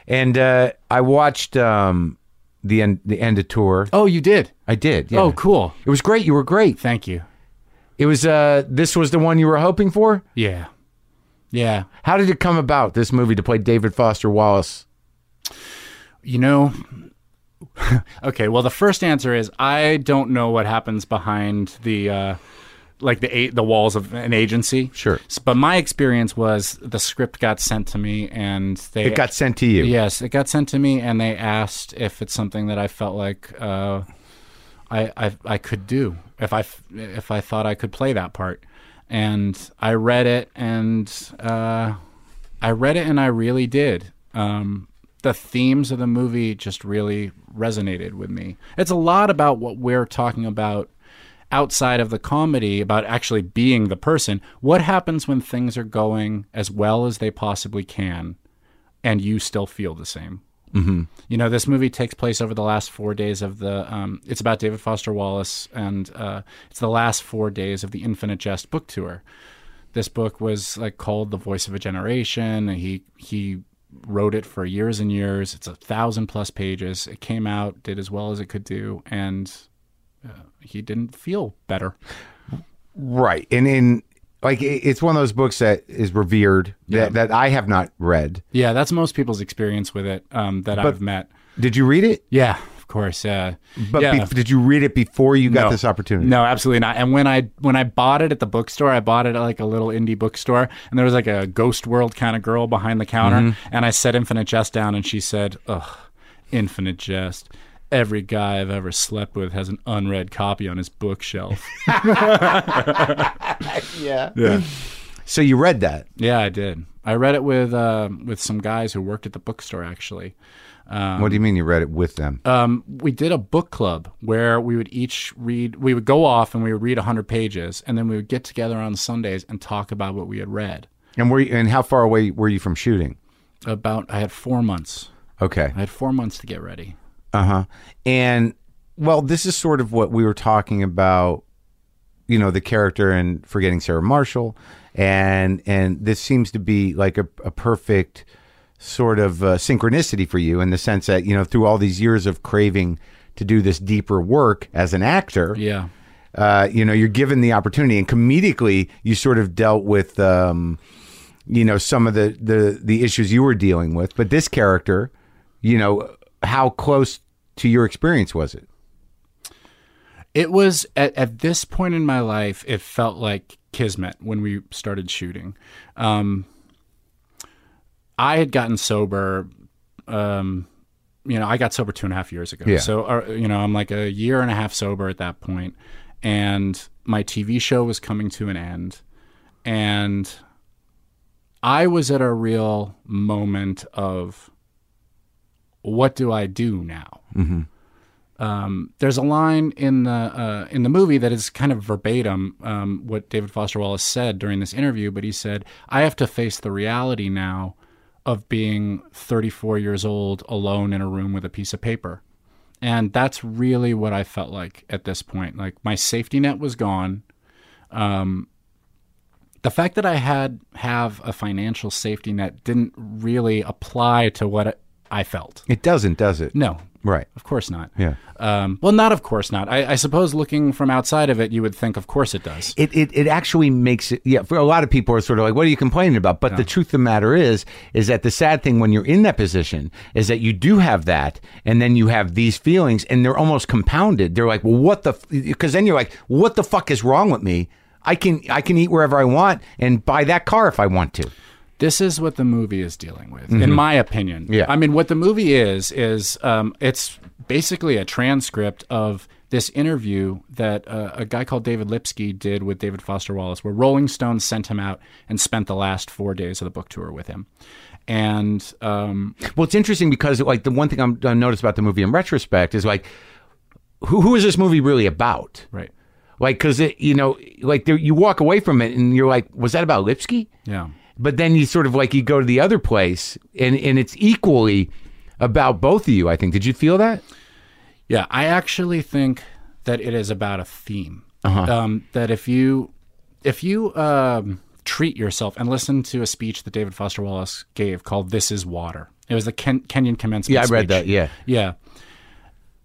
Speaker 1: And uh, I watched um, the end the end of tour.
Speaker 3: Oh, you did.
Speaker 1: I did. yeah.
Speaker 3: Oh, cool.
Speaker 1: It was great. You were great.
Speaker 3: Thank you.
Speaker 1: It was uh, this was the one you were hoping for.
Speaker 3: Yeah, yeah.
Speaker 1: How did it come about this movie to play David Foster Wallace?
Speaker 3: You know, okay. Well, the first answer is I don't know what happens behind the uh, like the eight, the walls of an agency.
Speaker 1: Sure.
Speaker 3: S- But my experience was the script got sent to me, and they
Speaker 1: It got sent to you.
Speaker 3: yes, it got sent to me, and they asked if it's something that I felt like uh, I, I I could do if I f- if I thought I could play that part, and I read it, and uh, I read it, and I really did. Um, the themes of the movie just really resonated with me. It's a lot about what we're talking about outside of the comedy about actually being the person. What happens when things are going as well as they possibly can and you still feel the same. Mm-hmm. You know, this movie takes place over the last four days of the. Um, it's about David Foster Wallace, and uh, it's the last four days of the Infinite Jest book tour. This book was like called "The Voice of a Generation." And he he wrote it for years and years. It's a thousand plus pages. It came out, did as well as it could do, and uh, he didn't feel better.
Speaker 1: Right. And in like it- it's one of those books that is revered that, that I have not read.
Speaker 3: Yeah, that's most people's experience with it um, that I've met.
Speaker 1: Did you read it?
Speaker 3: Yeah, of course. Yeah,
Speaker 1: But
Speaker 3: yeah.
Speaker 1: bef- did you read it before you got
Speaker 3: No.
Speaker 1: this opportunity?
Speaker 3: Oh. No, absolutely not. And when I when I bought it at the bookstore, I bought it at like a little indie bookstore, and there was like a ghost world kind of girl behind the counter,
Speaker 1: Mm-hmm.
Speaker 3: and I said Infinite Jest down, and she said, "Ugh, Infinite Jest." Every guy I've ever slept with has an unread copy on his bookshelf.
Speaker 1: So you read that.
Speaker 3: yeah, I did. I read it with uh, with some guys who worked at the bookstore actually. Uh-huh.
Speaker 1: what do you mean you read it with them?
Speaker 3: um, we did a book club where we would each read we would go off and we would read 100 pages and then we would get together on sundays and talk about what we had read
Speaker 1: and were you, and how far away were you from shooting?
Speaker 3: about i had four months
Speaker 1: Okay.
Speaker 3: i had four months to get ready
Speaker 1: Uh huh. And well, this is sort of what we were talking about. You know, the character and forgetting Sarah Marshall, and and this seems to be like a, a perfect sort of uh, synchronicity for you in the sense that you know through all these years of craving to do this deeper work as an actor,
Speaker 3: yeah
Speaker 1: uh, you know, you're given the opportunity, and comedically, you sort of dealt with, um, you know, some of the, the the issues you were dealing with. But this character, you know, how close to your experience was it?
Speaker 3: it was at, at this point in my life it felt like kismet when we started shooting um, i had gotten sober um, you know i got sober two and a half years ago
Speaker 1: Yeah.
Speaker 3: so uh, you know i'm like a year and a half sober at that point and my tv show was coming to an end and i was at a real moment of what do i do now there's a line in the uh, in the movie that is kind of verbatim um, what David Foster Wallace said during this interview. But he said, "I have to face the reality now of being 34 years old, alone in a room with a piece of paper." And that's really what I felt like at this point. Like my safety net was gone. Um, the fact that I had have a financial safety net didn't really apply to what I felt.
Speaker 1: It doesn't, does it?
Speaker 3: No,
Speaker 1: Right.
Speaker 3: of course not.
Speaker 1: Yeah.
Speaker 3: Um, well, not of course not. I, I suppose looking from outside of it, you would think, of course it does.
Speaker 1: It, it it actually makes it yeah for a lot of people are sort of like what are you complaining about but the truth of the matter is is that the sad thing when you're in that position is that you do have that and then you have these feelings and they're almost compounded they're like well what the because then you're like what the fuck is wrong with me I can I can eat wherever I want and buy that car if I want to
Speaker 3: This is what the movie is dealing with, in my opinion.
Speaker 1: Yeah.
Speaker 3: I mean, what the movie is is um, it's basically a transcript of this interview that uh, a guy called David Lipsky did with David Foster Wallace, where Rolling Stone sent him out and spent the last four days of the book tour with him, and. Um,
Speaker 1: well it's interesting because like the one thing I'm, I noticed about the movie in retrospect is like who who is this movie really about
Speaker 3: Right.
Speaker 1: like because it you know like there, you walk away from it and you're like was that about Lipsky
Speaker 3: Yeah.
Speaker 1: but then you sort of like you go to the other place and and it's equally about both of you i think did you feel that
Speaker 3: Yeah, I actually think that it is about a theme.
Speaker 1: Uh-huh.
Speaker 3: Um, that if you if you um, treat yourself and listen to a speech that David Foster Wallace gave called "This Is Water," it was the Ken- Kenyan commencement. speech.
Speaker 1: yeah
Speaker 3: Yeah.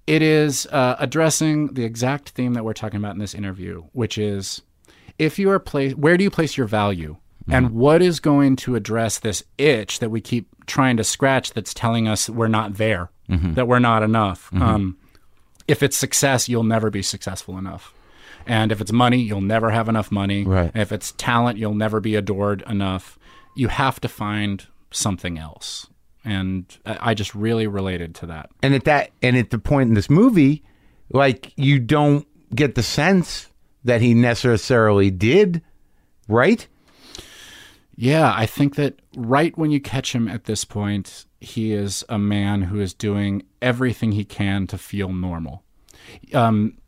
Speaker 3: It is uh, addressing the exact theme that we're talking about in this interview, which is if you are place, where do you place your value,
Speaker 1: Mm-hmm.
Speaker 3: and what is going to address this itch that we keep trying to scratch that's telling us we're not there,
Speaker 1: Mm-hmm.
Speaker 3: that we're not enough. Um, if it's success, you'll never be successful enough. And if it's money, you'll never have enough money.
Speaker 1: Right.
Speaker 3: If it's talent, you'll never be adored enough. You have to find something else. And I I just really related to that.
Speaker 1: and at that and at the point in this movie like you don't get the sense that he necessarily did right
Speaker 3: Yeah, I think that right when you catch him at this point, he is a man who is doing everything he can to feel normal. Um,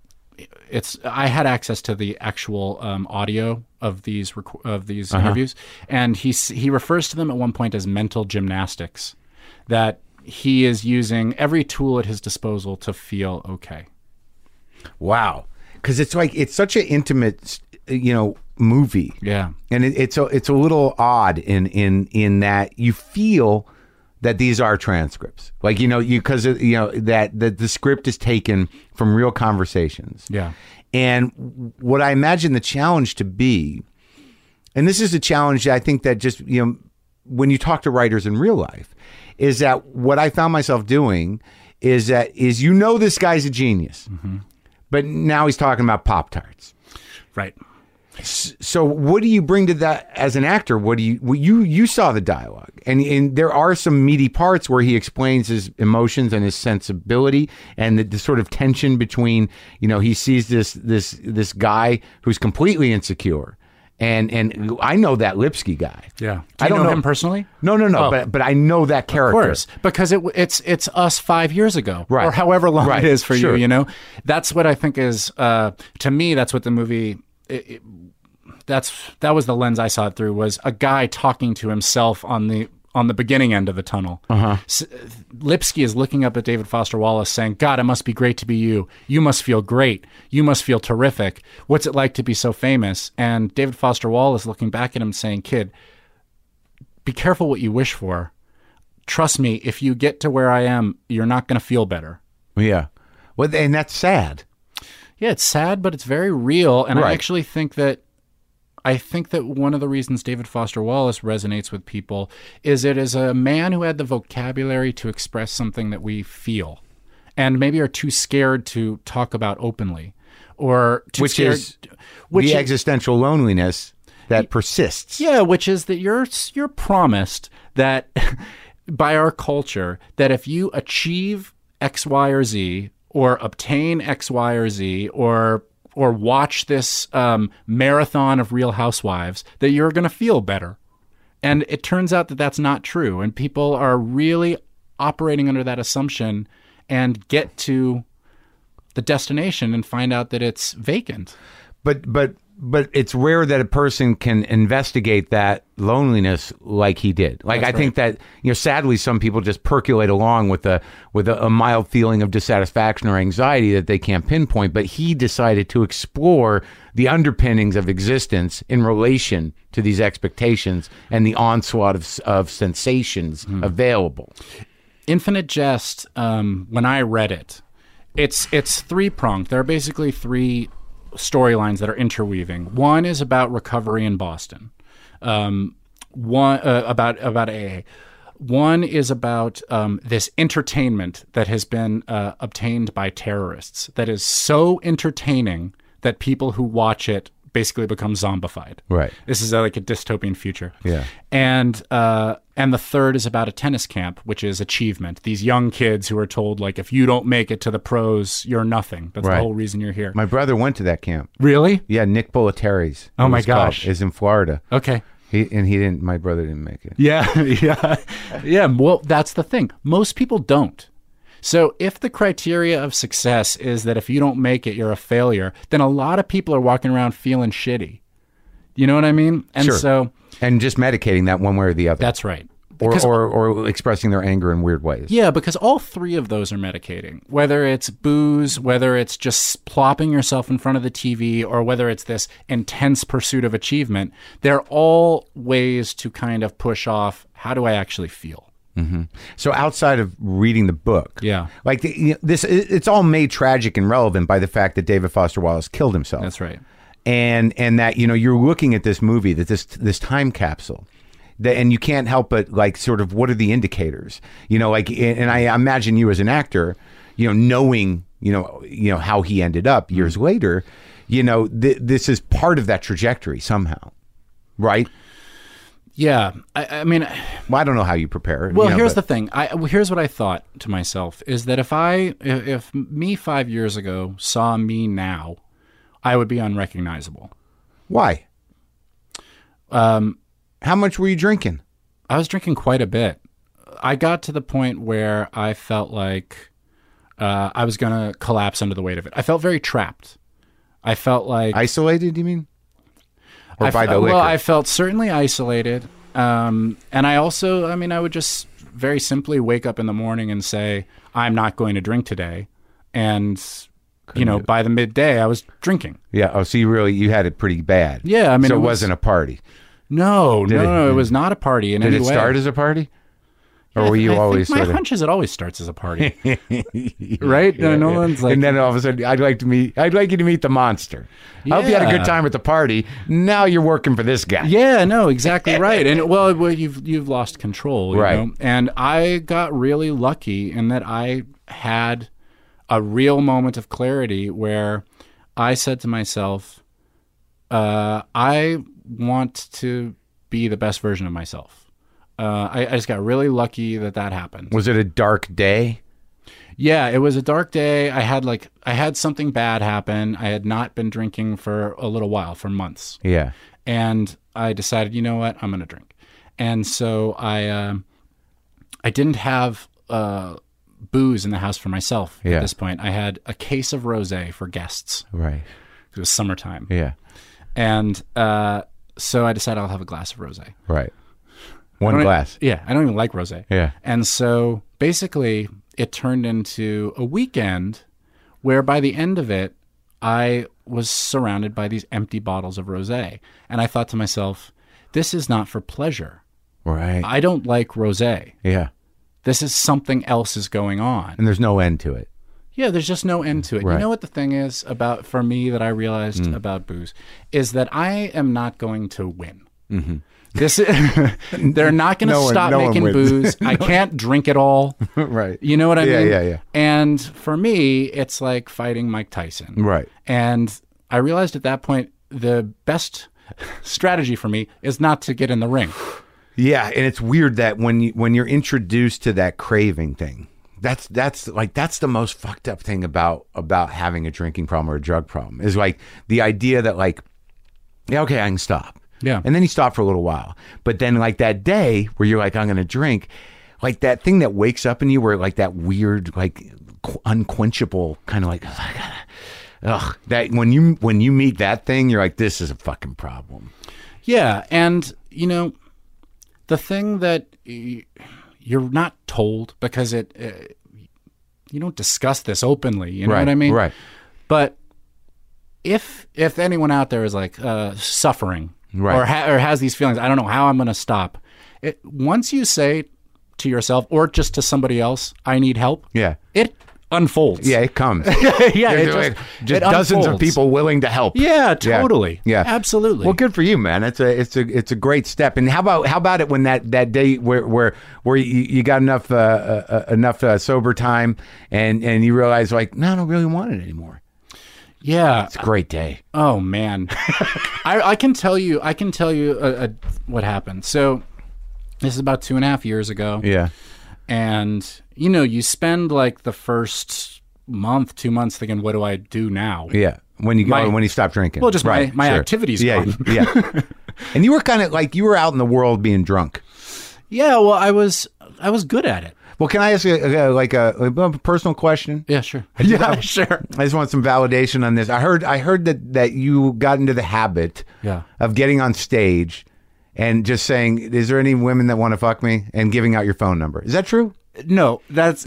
Speaker 3: it's I had access to the actual um, audio of these rec- of these
Speaker 1: Uh-huh.
Speaker 3: interviews, and he s- he refers to them at one point as mental gymnastics, that he is using every tool at his disposal to feel okay.
Speaker 1: wow because it's like it's such an intimate you know movie
Speaker 3: Yeah,
Speaker 1: and it, it's a it's a little odd in in in that you feel that these are transcripts like you know you because you know that, that the script is taken from real conversations
Speaker 3: yeah,
Speaker 1: And what I imagine the challenge to be, and this is a challenge that I think that just, you know, when you talk to writers in real life, is that what I found myself doing is that is you know this guy's a genius. But now he's talking about Pop Tarts.
Speaker 3: right.
Speaker 1: So what do you bring to that as an actor? What do you what you you saw the dialogue and and there are some meaty parts where he explains his emotions and his sensibility and the, the sort of tension between you know he sees this this this guy who's completely insecure and and I know that Lipsky guy.
Speaker 3: Yeah,
Speaker 1: I
Speaker 3: Do you
Speaker 1: don't know-
Speaker 3: him personally.
Speaker 1: No, no, no.
Speaker 3: Oh.
Speaker 1: But but I know that character.
Speaker 3: Of course, because it it's it's us five years ago,
Speaker 1: Right.
Speaker 3: Or however long
Speaker 1: Right.
Speaker 3: it is for
Speaker 1: Sure.
Speaker 3: you. You know, that's what I think is uh, to me. That's what the movie. It, it, that's that was the lens I saw it through. Was a guy talking to himself on the on the beginning end of the tunnel. Uh-huh. Lipsky is looking up at David Foster Wallace, saying, "God, it must be great to be you. You must feel great. You must feel terrific. What's it like to be so famous?" And David Foster Wallace looking back at him, saying, "Kid." Be careful what you wish for trust me, if you get to where I am, you're not going to feel better.
Speaker 1: Yeah. Well, and that's sad.
Speaker 3: Yeah, it's sad, but it's very real. And
Speaker 1: Right.
Speaker 3: I actually think that I think that one of the reasons David Foster Wallace resonates with people is it is a man who had the vocabulary to express something that we feel and maybe are too scared to talk about openly or too
Speaker 1: Which
Speaker 3: scared,
Speaker 1: is the
Speaker 3: is-
Speaker 1: existential loneliness that persists.
Speaker 3: Yeah, which is that you're you're promised that by our culture that if you achieve X, Y, or Z, or obtain X, Y, or Z, or or watch this um, marathon of Real Housewives, that you're going to feel better. And it turns out that that's not true, and people are really operating under that assumption and get to the destination and find out that it's vacant.
Speaker 1: but but but it's rare that a person can investigate that loneliness like he did. Like I think that you know, sadly, some people just percolate along with a with a, a mild feeling of dissatisfaction or anxiety that they can't pinpoint. But he decided to explore the underpinnings of existence in relation to these expectations and the onslaught of s- of sensations
Speaker 3: Hmm.
Speaker 1: available.
Speaker 3: Infinite Jest, um, when I read it, it's it's three pronged. There are basically three storylines that are interweaving. One is about recovery in Boston. Um, one uh, about about AA. One is about um, this entertainment that has been uh, obtained by terrorists that is so entertaining that people who watch it basically become zombified.
Speaker 1: Right.
Speaker 3: This is uh like a dystopian future.
Speaker 1: Yeah.
Speaker 3: And uh, and the third is about a tennis camp, which is achievement. These young kids who are told like, if you don't make it to the pros, you're nothing. That's
Speaker 1: Right.
Speaker 3: the whole reason you're here.
Speaker 1: My brother went to that camp.
Speaker 3: really?
Speaker 1: Yeah, Nick Bolletti's. it
Speaker 3: Oh, my
Speaker 1: was called,
Speaker 3: gosh.
Speaker 1: is in Florida.
Speaker 3: Okay.
Speaker 1: He and he didn't. My brother didn't make it.
Speaker 3: Yeah, yeah, yeah. Well, that's the thing. Most people don't. So, if the criteria of success is that if you don't make it, you're a failure, then a lot of people are walking around feeling shitty. You know what I mean? And
Speaker 1: Sure.
Speaker 3: so
Speaker 1: and just medicating that one way or the other,
Speaker 3: that's right.
Speaker 1: or,
Speaker 3: Because-
Speaker 1: or or expressing their anger in weird ways.
Speaker 3: Yeah, because all three of those are medicating. Whether it's booze, whether it's just plopping yourself in front of the TV, or whether it's this intense pursuit of achievement, they're all ways to kind of push off how do I actually feel?
Speaker 1: So outside of reading the book,
Speaker 3: Yeah.
Speaker 1: like the, you know, this, it- it's all made tragic and relevant by the fact that David Foster Wallace killed himself.
Speaker 3: That's right.
Speaker 1: and and that you know you're looking at this movie that this this time capsule that, and you can't help but like sort of what are the indicators you know like and and i imagine you as an actor you know knowing you know, you know how he ended up years
Speaker 3: Mm-hmm.
Speaker 1: later. You know, th- this is part of that trajectory somehow, right?
Speaker 3: Yeah, I, I mean,
Speaker 1: Well, I don't know how you prepare.
Speaker 3: well, here's the thing. I well, here's what I thought to myself is that if I if, if me five years ago saw me now, I would be unrecognizable.
Speaker 1: why. Um, how much were you drinking?
Speaker 3: I was drinking quite a bit. I got to the point where I felt like uh, I was going to collapse under the weight of it. I felt very trapped. I felt like
Speaker 1: Isolated? You mean? Or
Speaker 3: I
Speaker 1: by
Speaker 3: fe-
Speaker 1: the liquor?
Speaker 3: Well, I felt certainly isolated, um, and I also, I mean, I would just very simply wake up in the morning and say, "I'm not going to drink today," and you know, by the midday, I was drinking.
Speaker 1: yeah. Oh, so you really you had it pretty bad.
Speaker 3: Yeah, I mean,
Speaker 1: so
Speaker 3: it
Speaker 1: it,
Speaker 3: was-
Speaker 1: wasn't a party.
Speaker 3: No, no,
Speaker 1: it-
Speaker 3: no, it was not a party in
Speaker 1: Did
Speaker 3: any
Speaker 1: it
Speaker 3: way.
Speaker 1: start as a party, or
Speaker 3: I
Speaker 1: were
Speaker 3: th-
Speaker 1: you
Speaker 3: I think
Speaker 1: always
Speaker 3: my
Speaker 1: sort of?
Speaker 3: hunch is it always starts as a party, right? No, no one's like
Speaker 1: and then all of a sudden, I'd like to meet. I'd like you to meet the monster. I hope you had a
Speaker 3: Yeah.
Speaker 1: good time at the party. Now you're working for this guy.
Speaker 3: Yeah, no, exactly right. And well, well you've you've lost control, you
Speaker 1: Right.
Speaker 3: know? And I got really lucky in that I had a real moment of clarity where I said to myself, uh, "I want to be the best version of myself." Uh, I, I just got really lucky that that happened.
Speaker 1: Was it a dark day?
Speaker 3: Yeah, it was a dark day. I had like I had something bad happen. I had not been drinking for a little while, for months
Speaker 1: Yeah.
Speaker 3: and I decided, you know what, I'm gonna drink. And so I, um I didn't have uh, booze in the house for myself
Speaker 1: Yeah.
Speaker 3: at this point. I had a case of rosé for guests.
Speaker 1: Right.
Speaker 3: It was summertime,
Speaker 1: Yeah.
Speaker 3: and uh, so I decided I'll have a glass of rosé.
Speaker 1: Right. One
Speaker 3: I don't- e
Speaker 1: glass.
Speaker 3: Yeah, I don't even like rosé.
Speaker 1: Yeah.
Speaker 3: And so basically, it turned into a weekend where by the end of it, I was surrounded by these empty bottles of rosé, and I thought to myself, this is not for pleasure.
Speaker 1: Right.
Speaker 3: I don't like rosé.
Speaker 1: yeah.
Speaker 3: This is something else is going on.
Speaker 1: And there's no end to it.
Speaker 3: Yeah, there's just no end to it. You know what the thing is about for me that I realized
Speaker 1: Mm.
Speaker 3: about booze is that I am not going to win. This is, they're not going to
Speaker 1: Mm-hmm. No one-
Speaker 3: stop
Speaker 1: no one
Speaker 3: making
Speaker 1: wins.
Speaker 3: booze. I can't drink it all.
Speaker 1: Right.
Speaker 3: You know what I
Speaker 1: Yeah,
Speaker 3: mean?
Speaker 1: yeah, yeah.
Speaker 3: And for me, it's like fighting Mike Tyson.
Speaker 1: Right.
Speaker 3: And I realized at that point the best strategy for me is not to get in the ring.
Speaker 1: Yeah, and it's weird that when you, when you're introduced to that craving thing, that's that's like that's the most fucked up thing about about having a drinking problem or a drug problem is like the idea that like, yeah, okay, I can stop.
Speaker 3: Yeah.
Speaker 1: and then you stop for a little while, but then like that day where you're like, I'm gonna drink, like that thing that wakes up in you where like that weird like qu- unquenchable kind of like. Ugh, that when you when you meet that thing, you're like, this is a fucking problem.
Speaker 3: Yeah, and you know, the thing that y- you're not told because it, uh, you don't discuss this openly. You know
Speaker 1: Right,
Speaker 3: what I mean?
Speaker 1: right.
Speaker 3: But if if anyone out there is like uh, suffering
Speaker 1: Right.
Speaker 3: or ha- or has these feelings, I don't know how I'm going to stop. It once you say to yourself or just to somebody else, I need help.
Speaker 1: Yeah.
Speaker 3: it unfolds.
Speaker 1: Yeah, it comes.
Speaker 3: yeah. It
Speaker 1: There's
Speaker 3: just,
Speaker 1: like just
Speaker 3: it
Speaker 1: dozens of
Speaker 3: unfolds.
Speaker 1: people willing to help.
Speaker 3: Yeah, totally.
Speaker 1: Yeah.
Speaker 3: absolutely.
Speaker 1: Well, good for you, man. It's a it's a it's a great step. And how about how about it when that that day where where where you, you got enough uh, uh, uh, enough uh, sober time and and you realize like no, I don't really want it anymore.
Speaker 3: yeah,
Speaker 1: It's a great day.
Speaker 3: Oh man, I, I can tell you, I can tell you uh uh what happened. So this is about two and a half years ago,
Speaker 1: Yeah.
Speaker 3: and you know, you spend like the first month, two months thinking, "What do I do now?"
Speaker 1: Yeah. When you go
Speaker 3: My-
Speaker 1: when you stop drinking.
Speaker 3: Well, just my- my activity's
Speaker 1: Yeah.
Speaker 3: gone.
Speaker 1: yeah. And you were kind of like you were out in the world being drunk.
Speaker 3: Yeah, well, I was, I was good at it.
Speaker 1: Well, can I ask you uh, like a, a personal question?
Speaker 3: Yeah, sure. Yeah, sure.
Speaker 1: I just want some validation on this. I heard I heard that that you got into the habit
Speaker 3: Yeah.
Speaker 1: of getting on stage and just saying, "Is there any women that want to fuck me?" and giving out your phone number. Is that true?
Speaker 3: No, that's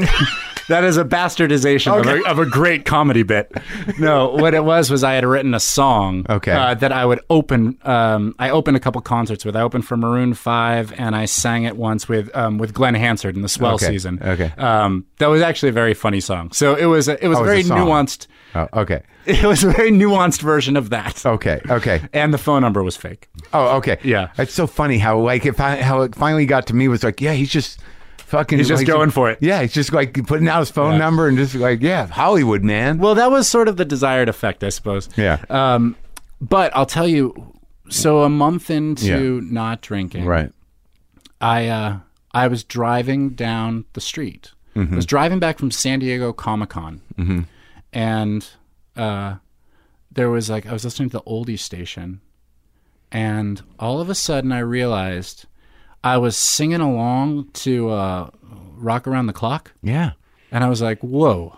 Speaker 3: that is a bastardization of, a, of a great comedy bit. No, what it was was I had written a song
Speaker 1: Okay.
Speaker 3: uh, that I would open. Um, I opened a couple concerts with. I opened for Maroon Five, and I sang it once with um, with Glenn Hansard in the Swell
Speaker 1: Okay,
Speaker 3: season.
Speaker 1: okay.
Speaker 3: um, that was actually a very funny song. So it was a, it was
Speaker 1: it was
Speaker 3: very
Speaker 1: a song.
Speaker 3: nuanced.
Speaker 1: Oh, okay.
Speaker 3: It was a very nuanced version of that.
Speaker 1: Okay. Okay.
Speaker 3: And the phone number was fake.
Speaker 1: Oh, okay.
Speaker 3: Yeah.
Speaker 1: It's so funny how like if I, how it finally got to me was like, yeah, he's just fucking.
Speaker 4: He's just
Speaker 1: like-
Speaker 4: going for it.
Speaker 1: Yeah, he's just like putting out his phone number and just like, yeah, Hollywood man.
Speaker 3: Well, that was sort of the desired effect, I suppose.
Speaker 1: yeah,
Speaker 3: Um, but I'll tell you, so a month into not drinking,
Speaker 1: right.
Speaker 3: I uh, I was driving down the street. I was driving back from San Diego Comic Con, and uh, there was like I was listening to the oldies station, and all of a sudden I realized I was singing along to uh, "Rock Around the Clock."
Speaker 1: Yeah,
Speaker 3: And I was like, whoa,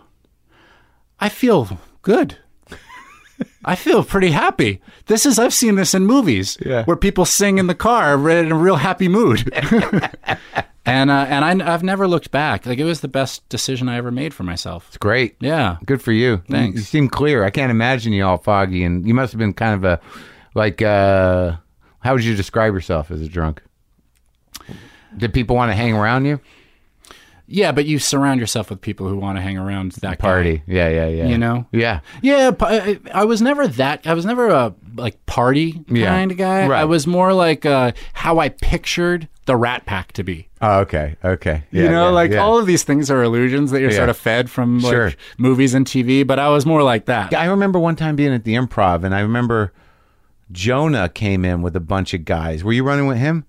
Speaker 3: I feel good. I feel pretty happy. This is, I've seen this in movies
Speaker 1: Yeah.
Speaker 3: where people sing in the car re- in a real happy mood. and uh, and I, I've never looked back. Like, it was the best decision I ever made for myself.
Speaker 1: it's great.
Speaker 3: Yeah.
Speaker 1: Good for you.
Speaker 3: Thanks.
Speaker 1: You, you seem clear. I can't imagine you all foggy, and you must have been kind of a like. uh How would you describe yourself as a drunk? Did people want to hang around you?
Speaker 3: Yeah, but you surround yourself with people who want to hang around that guy.
Speaker 1: Party. Yeah, yeah, yeah.
Speaker 3: You know?
Speaker 1: Yeah.
Speaker 3: Yeah, p- I I was never that. I was never a like party
Speaker 1: Yeah.
Speaker 3: kind of guy.
Speaker 1: Right.
Speaker 3: I was more like uh, how I pictured the Rat Pack to be.
Speaker 1: Oh, okay. Okay.
Speaker 3: you
Speaker 1: Yeah,
Speaker 3: know,
Speaker 1: yeah,
Speaker 3: like
Speaker 1: yeah.
Speaker 3: all of these things are illusions that you're
Speaker 1: Yeah.
Speaker 3: sort of fed from like
Speaker 1: Sure.
Speaker 3: movies and TV. But I was more like that.
Speaker 1: I remember one time being at the improv, and I remember Jonah came in with a bunch of guys. Were you running with him?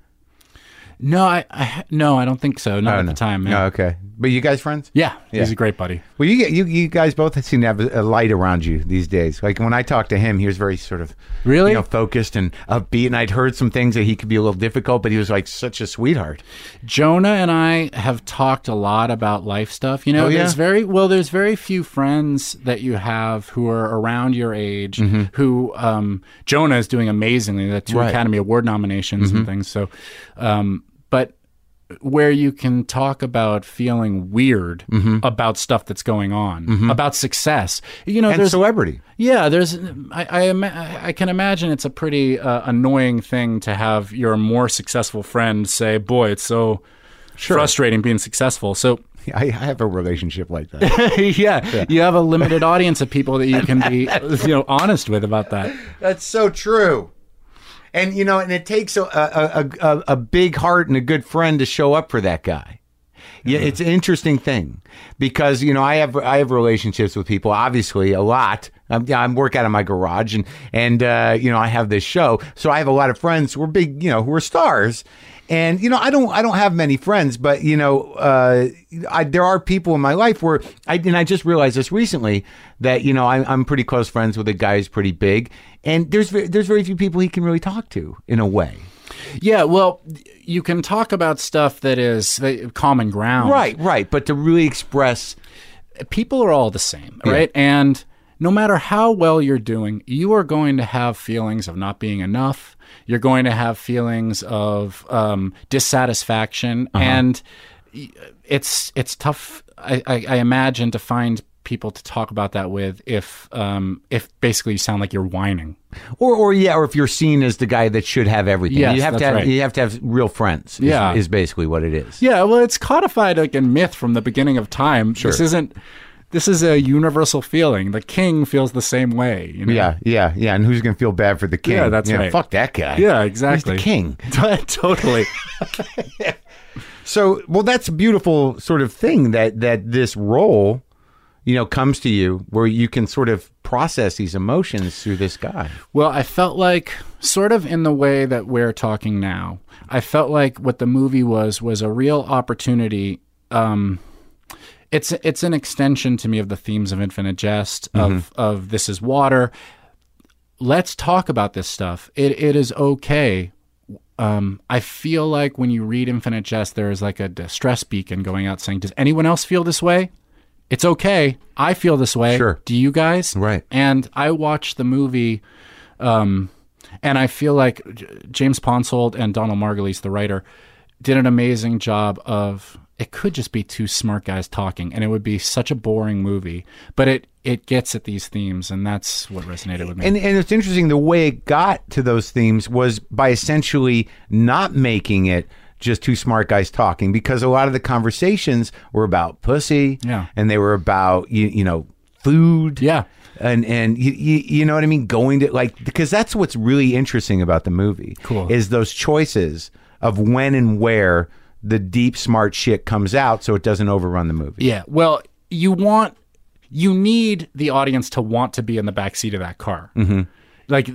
Speaker 3: No, I, I no, I don't think so. Not
Speaker 1: Oh,
Speaker 3: at
Speaker 1: no.
Speaker 3: the time. Man.
Speaker 1: No, okay. But you guys friends?
Speaker 3: Yeah, he's
Speaker 1: Yeah.
Speaker 3: a great buddy.
Speaker 1: Well, you get you you guys both seem to have a light around you these days. Like when I talk to him, he was very sort of
Speaker 3: Really?
Speaker 1: you know, focused and upbeat. And I'd heard some things that he could be a little difficult, but he was like such a sweetheart.
Speaker 3: Jonah and I have talked a lot about life stuff. You know,
Speaker 1: Oh, yeah?
Speaker 3: there's very well, there's very few friends that you have who are around your age. Who um, Jonah is doing amazingly. The two
Speaker 1: Mm-hmm. Right. Mm-hmm.
Speaker 3: Academy Award nominations and things. So, um, but where you can talk about feeling weird
Speaker 1: Mm-hmm.
Speaker 3: about stuff that's going on, about success. You know,
Speaker 1: And
Speaker 3: there's
Speaker 1: celebrity.
Speaker 3: yeah, there's. I I, ima- I can imagine it's a pretty uh, annoying thing to have your more successful friend say, "Boy, it's so frustrating being successful." So
Speaker 1: I, I have a relationship like that.
Speaker 3: yeah, you have a limited audience of people that you can be, you know, honest with about that.
Speaker 1: That's so true. And you know, and it takes a a, a, a a big heart and a good friend to show up for that guy. Yeah, it's an interesting thing because you know I have I have relationships with people obviously a lot. I'm, yeah, I'm work out of my garage and and uh, you know I have this show, so I have a lot of friends. who are big, you know, who are stars, and you know I don't I don't have many friends, but you know uh, I, there are people in my life where I and I just realized this recently that you know I'm, I'm pretty close friends with a guy who's pretty big, and there's ve- there's very few people he can really talk to in a way.
Speaker 3: Yeah, well, you can talk about stuff that is uh, common ground.
Speaker 1: Right, right, but to really express
Speaker 3: people are all the same, right? And no matter how well you're doing, you are going to have feelings of not being enough. You're going to have feelings of um, dissatisfaction, and y- it's it's tough. I, I, I imagine to find people to talk about that with if um, if basically you sound like you're whining.
Speaker 1: Or, or yeah, or if you're seen as the guy that should have everything,
Speaker 3: Yes,
Speaker 1: you have to
Speaker 3: that's
Speaker 1: have
Speaker 3: right.
Speaker 1: you have to have real friends. is-
Speaker 3: Yeah.
Speaker 1: is, basically what it is.
Speaker 3: Yeah, well, it's codified like in myth from the beginning of time. This isn't. This is a universal feeling. The king feels the same way. You know?
Speaker 1: yeah, yeah, yeah. And who's gonna feel bad for the king?
Speaker 3: Yeah, that's
Speaker 1: You know,
Speaker 3: right.
Speaker 1: Fuck that guy.
Speaker 3: Yeah,
Speaker 1: he's
Speaker 3: exactly.
Speaker 1: the king.
Speaker 3: totally.
Speaker 1: So, well, that's a beautiful sort of thing that that this role, you know, comes to you where you can sort of process these emotions through this guy.
Speaker 3: Well, I felt like, sort of in the way that we're talking now, I felt like what the movie was was a real opportunity. Um, it's it's an extension to me of the themes of Infinite Jest, of
Speaker 1: Mm-hmm.
Speaker 3: of This Is Water. Let's talk about this stuff. It it is okay. Um, I feel like when you read Infinite Jest, there is like a distress beacon going out saying, "Does anyone else feel this way?" It's okay. I feel this way.
Speaker 1: Sure.
Speaker 3: Do you guys?
Speaker 1: Right.
Speaker 3: And I watched the movie and I feel like J- James Ponsold and Donald Margulies, the writer, did an amazing job of. It could just be two smart guys talking, and it would be such a boring movie. But it it gets at these themes, and that's what resonated with me.
Speaker 1: And and it's interesting the way it got to those themes was by essentially not making it just two smart guys talking because a lot of the conversations were about pussy
Speaker 3: Yeah.
Speaker 1: and they were about you, you know food
Speaker 3: yeah,
Speaker 1: and and you, you, you know what I mean going to like because that's what's really interesting about the movie
Speaker 3: Cool.
Speaker 1: is those choices of when and where the deep smart shit comes out so it doesn't overrun the movie.
Speaker 3: Yeah. Well, you want you need the audience to want to be in the back seat of that car. Mm-hmm. Like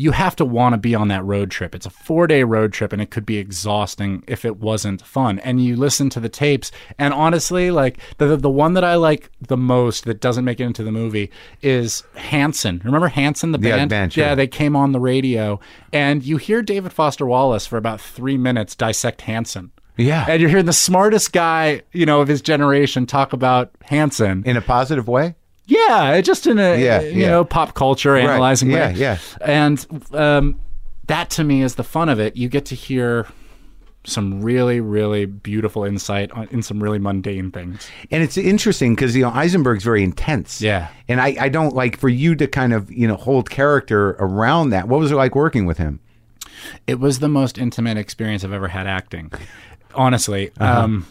Speaker 3: you have to want to be on that road trip. It's a four day road trip, and it could be exhausting if it wasn't fun. And you listen to the tapes, and honestly, like the the one that I like the most that doesn't make it into the movie is Hanson. Remember Hanson, the
Speaker 1: Yeah,
Speaker 3: band?
Speaker 1: band, sure.
Speaker 3: Yeah, they came on the radio, and you hear David Foster Wallace for about three minutes dissect Hanson.
Speaker 1: Yeah.
Speaker 3: And you're hearing the smartest guy, you know, of his generation talk about Hanson.
Speaker 1: In a positive way?
Speaker 3: Yeah, just in a
Speaker 1: Yeah,
Speaker 3: you
Speaker 1: yeah.
Speaker 3: know pop culture analyzing.
Speaker 1: yeah,
Speaker 3: way.
Speaker 1: yeah.
Speaker 3: And um, that to me is the fun of it. You get to hear some really really beautiful insight on, in some really mundane things.
Speaker 1: And it's interesting because you know Eisenberg's very intense.
Speaker 3: Yeah.
Speaker 1: And I, I don't like for you to kind of, you know, hold character around that. What was it like working with him?
Speaker 3: It was the most intimate experience I've ever had acting. Honestly,
Speaker 1: Uh-huh.
Speaker 3: um,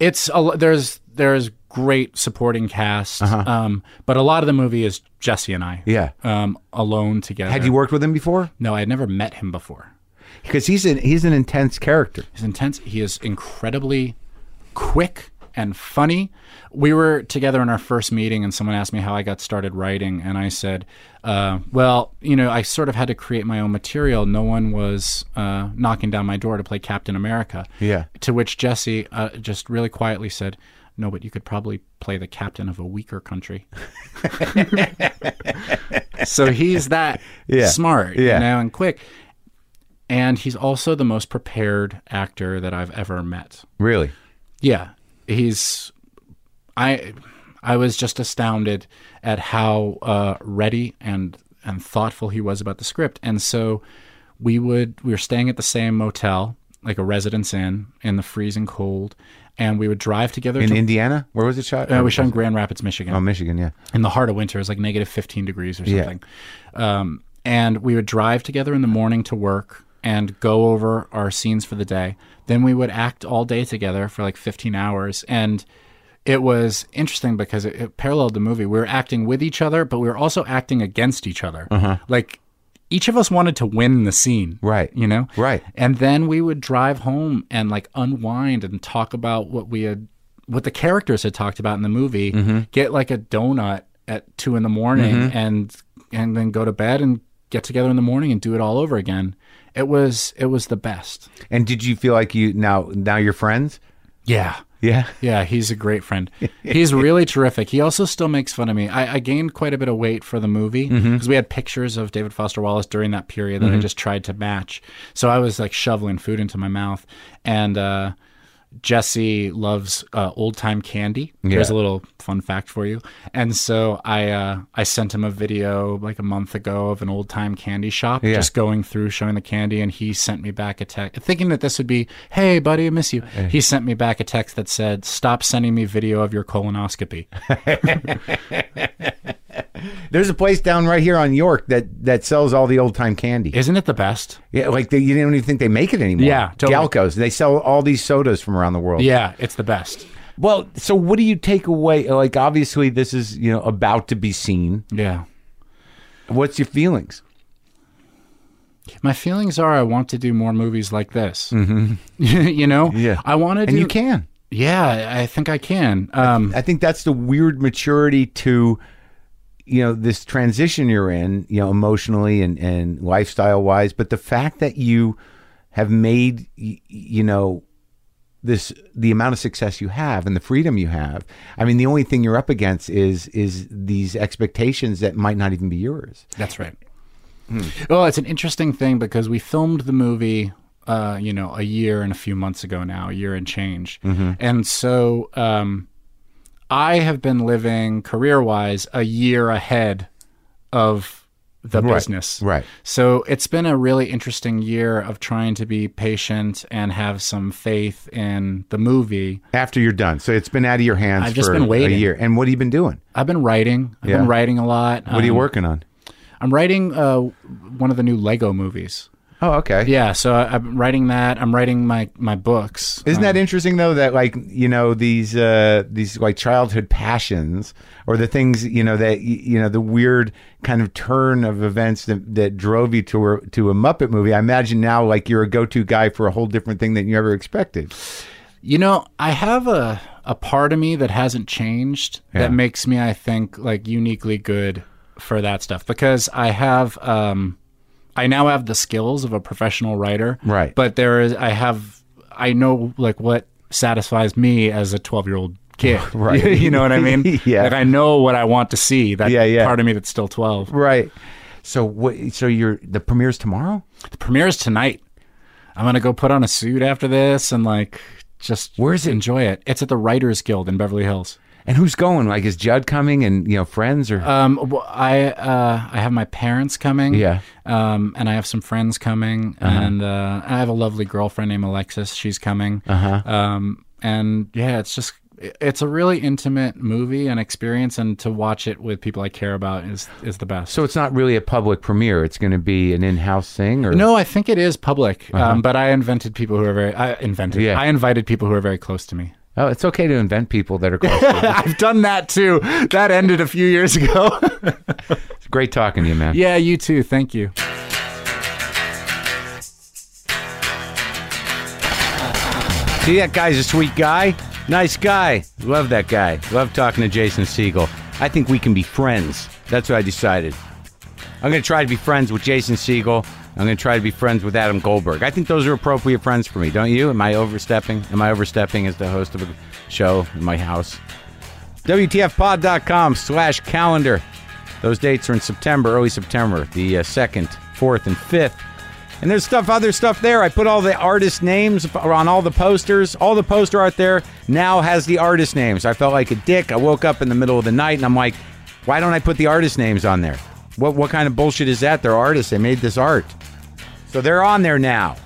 Speaker 3: it's a, lo- there's there's great supporting cast, um, but a lot of the movie is Jesse and I.
Speaker 1: Uh-huh. Yeah.
Speaker 3: um, alone together.
Speaker 1: Had you worked with him before?
Speaker 3: No, I had never met him before.
Speaker 1: Because he's an he's an intense character.
Speaker 3: He's intense. He is incredibly quick and funny. We were together in our first meeting, and someone asked me how I got started writing, and I said, uh, "Well, you know, I sort of had to create my own material. No one was uh, knocking down my door to play Captain America."
Speaker 1: Yeah.
Speaker 3: To which Jesse uh, just really quietly said. No, but you could probably play the captain of a weaker country. so he's that
Speaker 1: Yeah.
Speaker 3: smart,
Speaker 1: Yeah.
Speaker 3: you know, and quick and he's also the most prepared actor that I've ever met.
Speaker 1: Really?
Speaker 3: Yeah, he's I I was just astounded at how uh, ready and and thoughtful he was about the script. And so we would we were staying at the same motel, like a residence inn, in the freezing cold, and we would drive together.
Speaker 1: In
Speaker 3: to,
Speaker 1: Indiana? Where was it shot?
Speaker 3: uh, we shot in Grand Rapids, Michigan
Speaker 1: oh, Michigan, yeah.
Speaker 3: in the heart of winter. It was like negative 15 degrees or
Speaker 1: Yeah.
Speaker 3: something. Um, and we would drive together in the morning to work and go over our scenes for the day. Then we would act all day together for like 15 hours. And it was interesting because it, it paralleled the movie. We were acting with each other, but we were also acting against each other. Like each of us wanted to win the scene.
Speaker 1: Uh-huh. Right.
Speaker 3: You know?
Speaker 1: Right.
Speaker 3: And then we would drive home and like unwind and talk about what we had, what the characters had talked about in the movie. Get like a donut at two in the morning and and then go to bed and get together in the morning and do it all over again. It was it was the best.
Speaker 1: And did you feel like you now now you're friends?
Speaker 3: Yeah.
Speaker 1: Yeah.
Speaker 3: Yeah, he's a great friend. He's really terrific. He also still makes fun of me. I, I gained quite a bit of weight for the movie because we had pictures of David Foster Wallace during that period that I just tried to match. So I was like shoveling food into my mouth. And uh, Jesse loves uh, old time candy. Here's a little fun fact for you. And so I uh, I sent him a video like a month ago of an old time candy shop, just going through showing the candy, and he sent me back a text thinking that this would be, hey buddy, I miss you. He sent me back a text that said, stop sending me video of your colonoscopy.
Speaker 1: There's a place down right here on York that that sells all the old time candy.
Speaker 3: Isn't it the best?
Speaker 1: yeah, like they, you don't even think they make it anymore.
Speaker 3: Yeah, totally.
Speaker 1: Galcos. They sell all these sodas from around the world.
Speaker 3: Yeah, it's the best.
Speaker 1: Well, so what do you take away? Like, obviously, this is you know about to be seen.
Speaker 3: Yeah.
Speaker 1: What's your feelings?
Speaker 3: My feelings are I want to do more movies like this. Mm-hmm. you know?
Speaker 1: Yeah.
Speaker 3: I want to do.
Speaker 1: And you can.
Speaker 3: Yeah, I- I think I can. Um,
Speaker 1: I think that's the weird maturity to, you know, this transition you're in, you know, emotionally and and lifestyle wise. But the fact that you have made, y- you know, this the amount of success you have and the freedom you have. I mean, the only thing you're up against is is these expectations that might not even be yours.
Speaker 3: That's right. Well, it's an interesting thing because we filmed the movie, uh, you know, a year and a few months ago now, a year and change,
Speaker 1: Mm-hmm.
Speaker 3: and so um, I have been living career-wise a year ahead of the business,
Speaker 1: right.
Speaker 3: So it's been a really interesting year of trying to be patient and have some faith in the movie.
Speaker 1: After you're done, so it's been out of your hands.
Speaker 3: I've just
Speaker 1: for
Speaker 3: been
Speaker 1: a
Speaker 3: waiting.
Speaker 1: year. And what have you been doing?
Speaker 3: I've been writing. I've
Speaker 1: Yeah.
Speaker 3: been writing a lot. Um,
Speaker 1: What are you working on?
Speaker 3: I'm writing uh, one of the new Lego movies.
Speaker 1: Oh, okay.
Speaker 3: Yeah, so I, I'm writing that. I'm writing my my books.
Speaker 1: Isn't that interesting though that like you know these uh, these like childhood passions or the things you know that y- you know the weird kind of turn of events that, that drove you to a, to a Muppet movie. I imagine now like you're a go to guy for a whole different thing than you ever expected.
Speaker 3: You know, I have a a part of me that hasn't changed
Speaker 1: Yeah.
Speaker 3: that makes me, I think, like uniquely good for that stuff because I have um I now have the skills of a professional writer.
Speaker 1: Right.
Speaker 3: But there is I have I know like what satisfies me as a 12-year-old kid.
Speaker 1: Right.
Speaker 3: you know what I mean?
Speaker 1: Yeah.
Speaker 3: Like I know what I want to see. That
Speaker 1: Yeah, yeah.
Speaker 3: part of me that's still 12.
Speaker 1: Right. So what? So you're the premiere's tomorrow.
Speaker 3: The premiere is tonight. I'm going to go put on a suit after this and like just
Speaker 1: Where's it?
Speaker 3: enjoy it. It's at the Writers Guild in Beverly Hills.
Speaker 1: And who's going? Like is Judd coming? And you know friends or
Speaker 3: Um, wh- I uh, I have my parents coming.
Speaker 1: Yeah. Uh-huh.
Speaker 3: Um, and I have some friends coming, and uh, I have a lovely girlfriend named Alexis. She's coming. Uh-huh. Um, and yeah, it's just it- it's a really intimate movie and experience, and to watch it with people I care about is is the best.
Speaker 1: so it's not really a public premiere. It's going to be an in house thing or
Speaker 3: no, I think it is public, um, but I invented people who are very I invented.
Speaker 1: Uh-huh. Yeah.
Speaker 3: I invited people who are very close to me.
Speaker 1: Oh, it's okay to invent people that are close. to you.
Speaker 3: I've done that too. That ended a few years ago.
Speaker 1: It's great talking to you, man.
Speaker 3: yeah, you too. Thank you.
Speaker 1: See, that guy's a sweet guy. Nice guy. Love that guy. Love talking to Jason Siegel. I think we can be friends. That's what I decided. I'm going to try to be friends with Jason Siegel. I'm going to try to be friends with Adam Goldberg. I think those are appropriate friends for me, don't you? Am I overstepping? Am I overstepping as the host of a show in my house? WTFpod.com slash calendar. Those dates are in September, early September, the uh, 2nd, 4th, and 5th. And there's stuff, other stuff there. I put all the artist names on all the posters. All the poster art there now has the artist names. I felt like a dick. I woke up in the middle of the night and I'm like, why don't I put the artist names on there? What, what kind of bullshit is that? They're artists. They made this art. So they're on there now.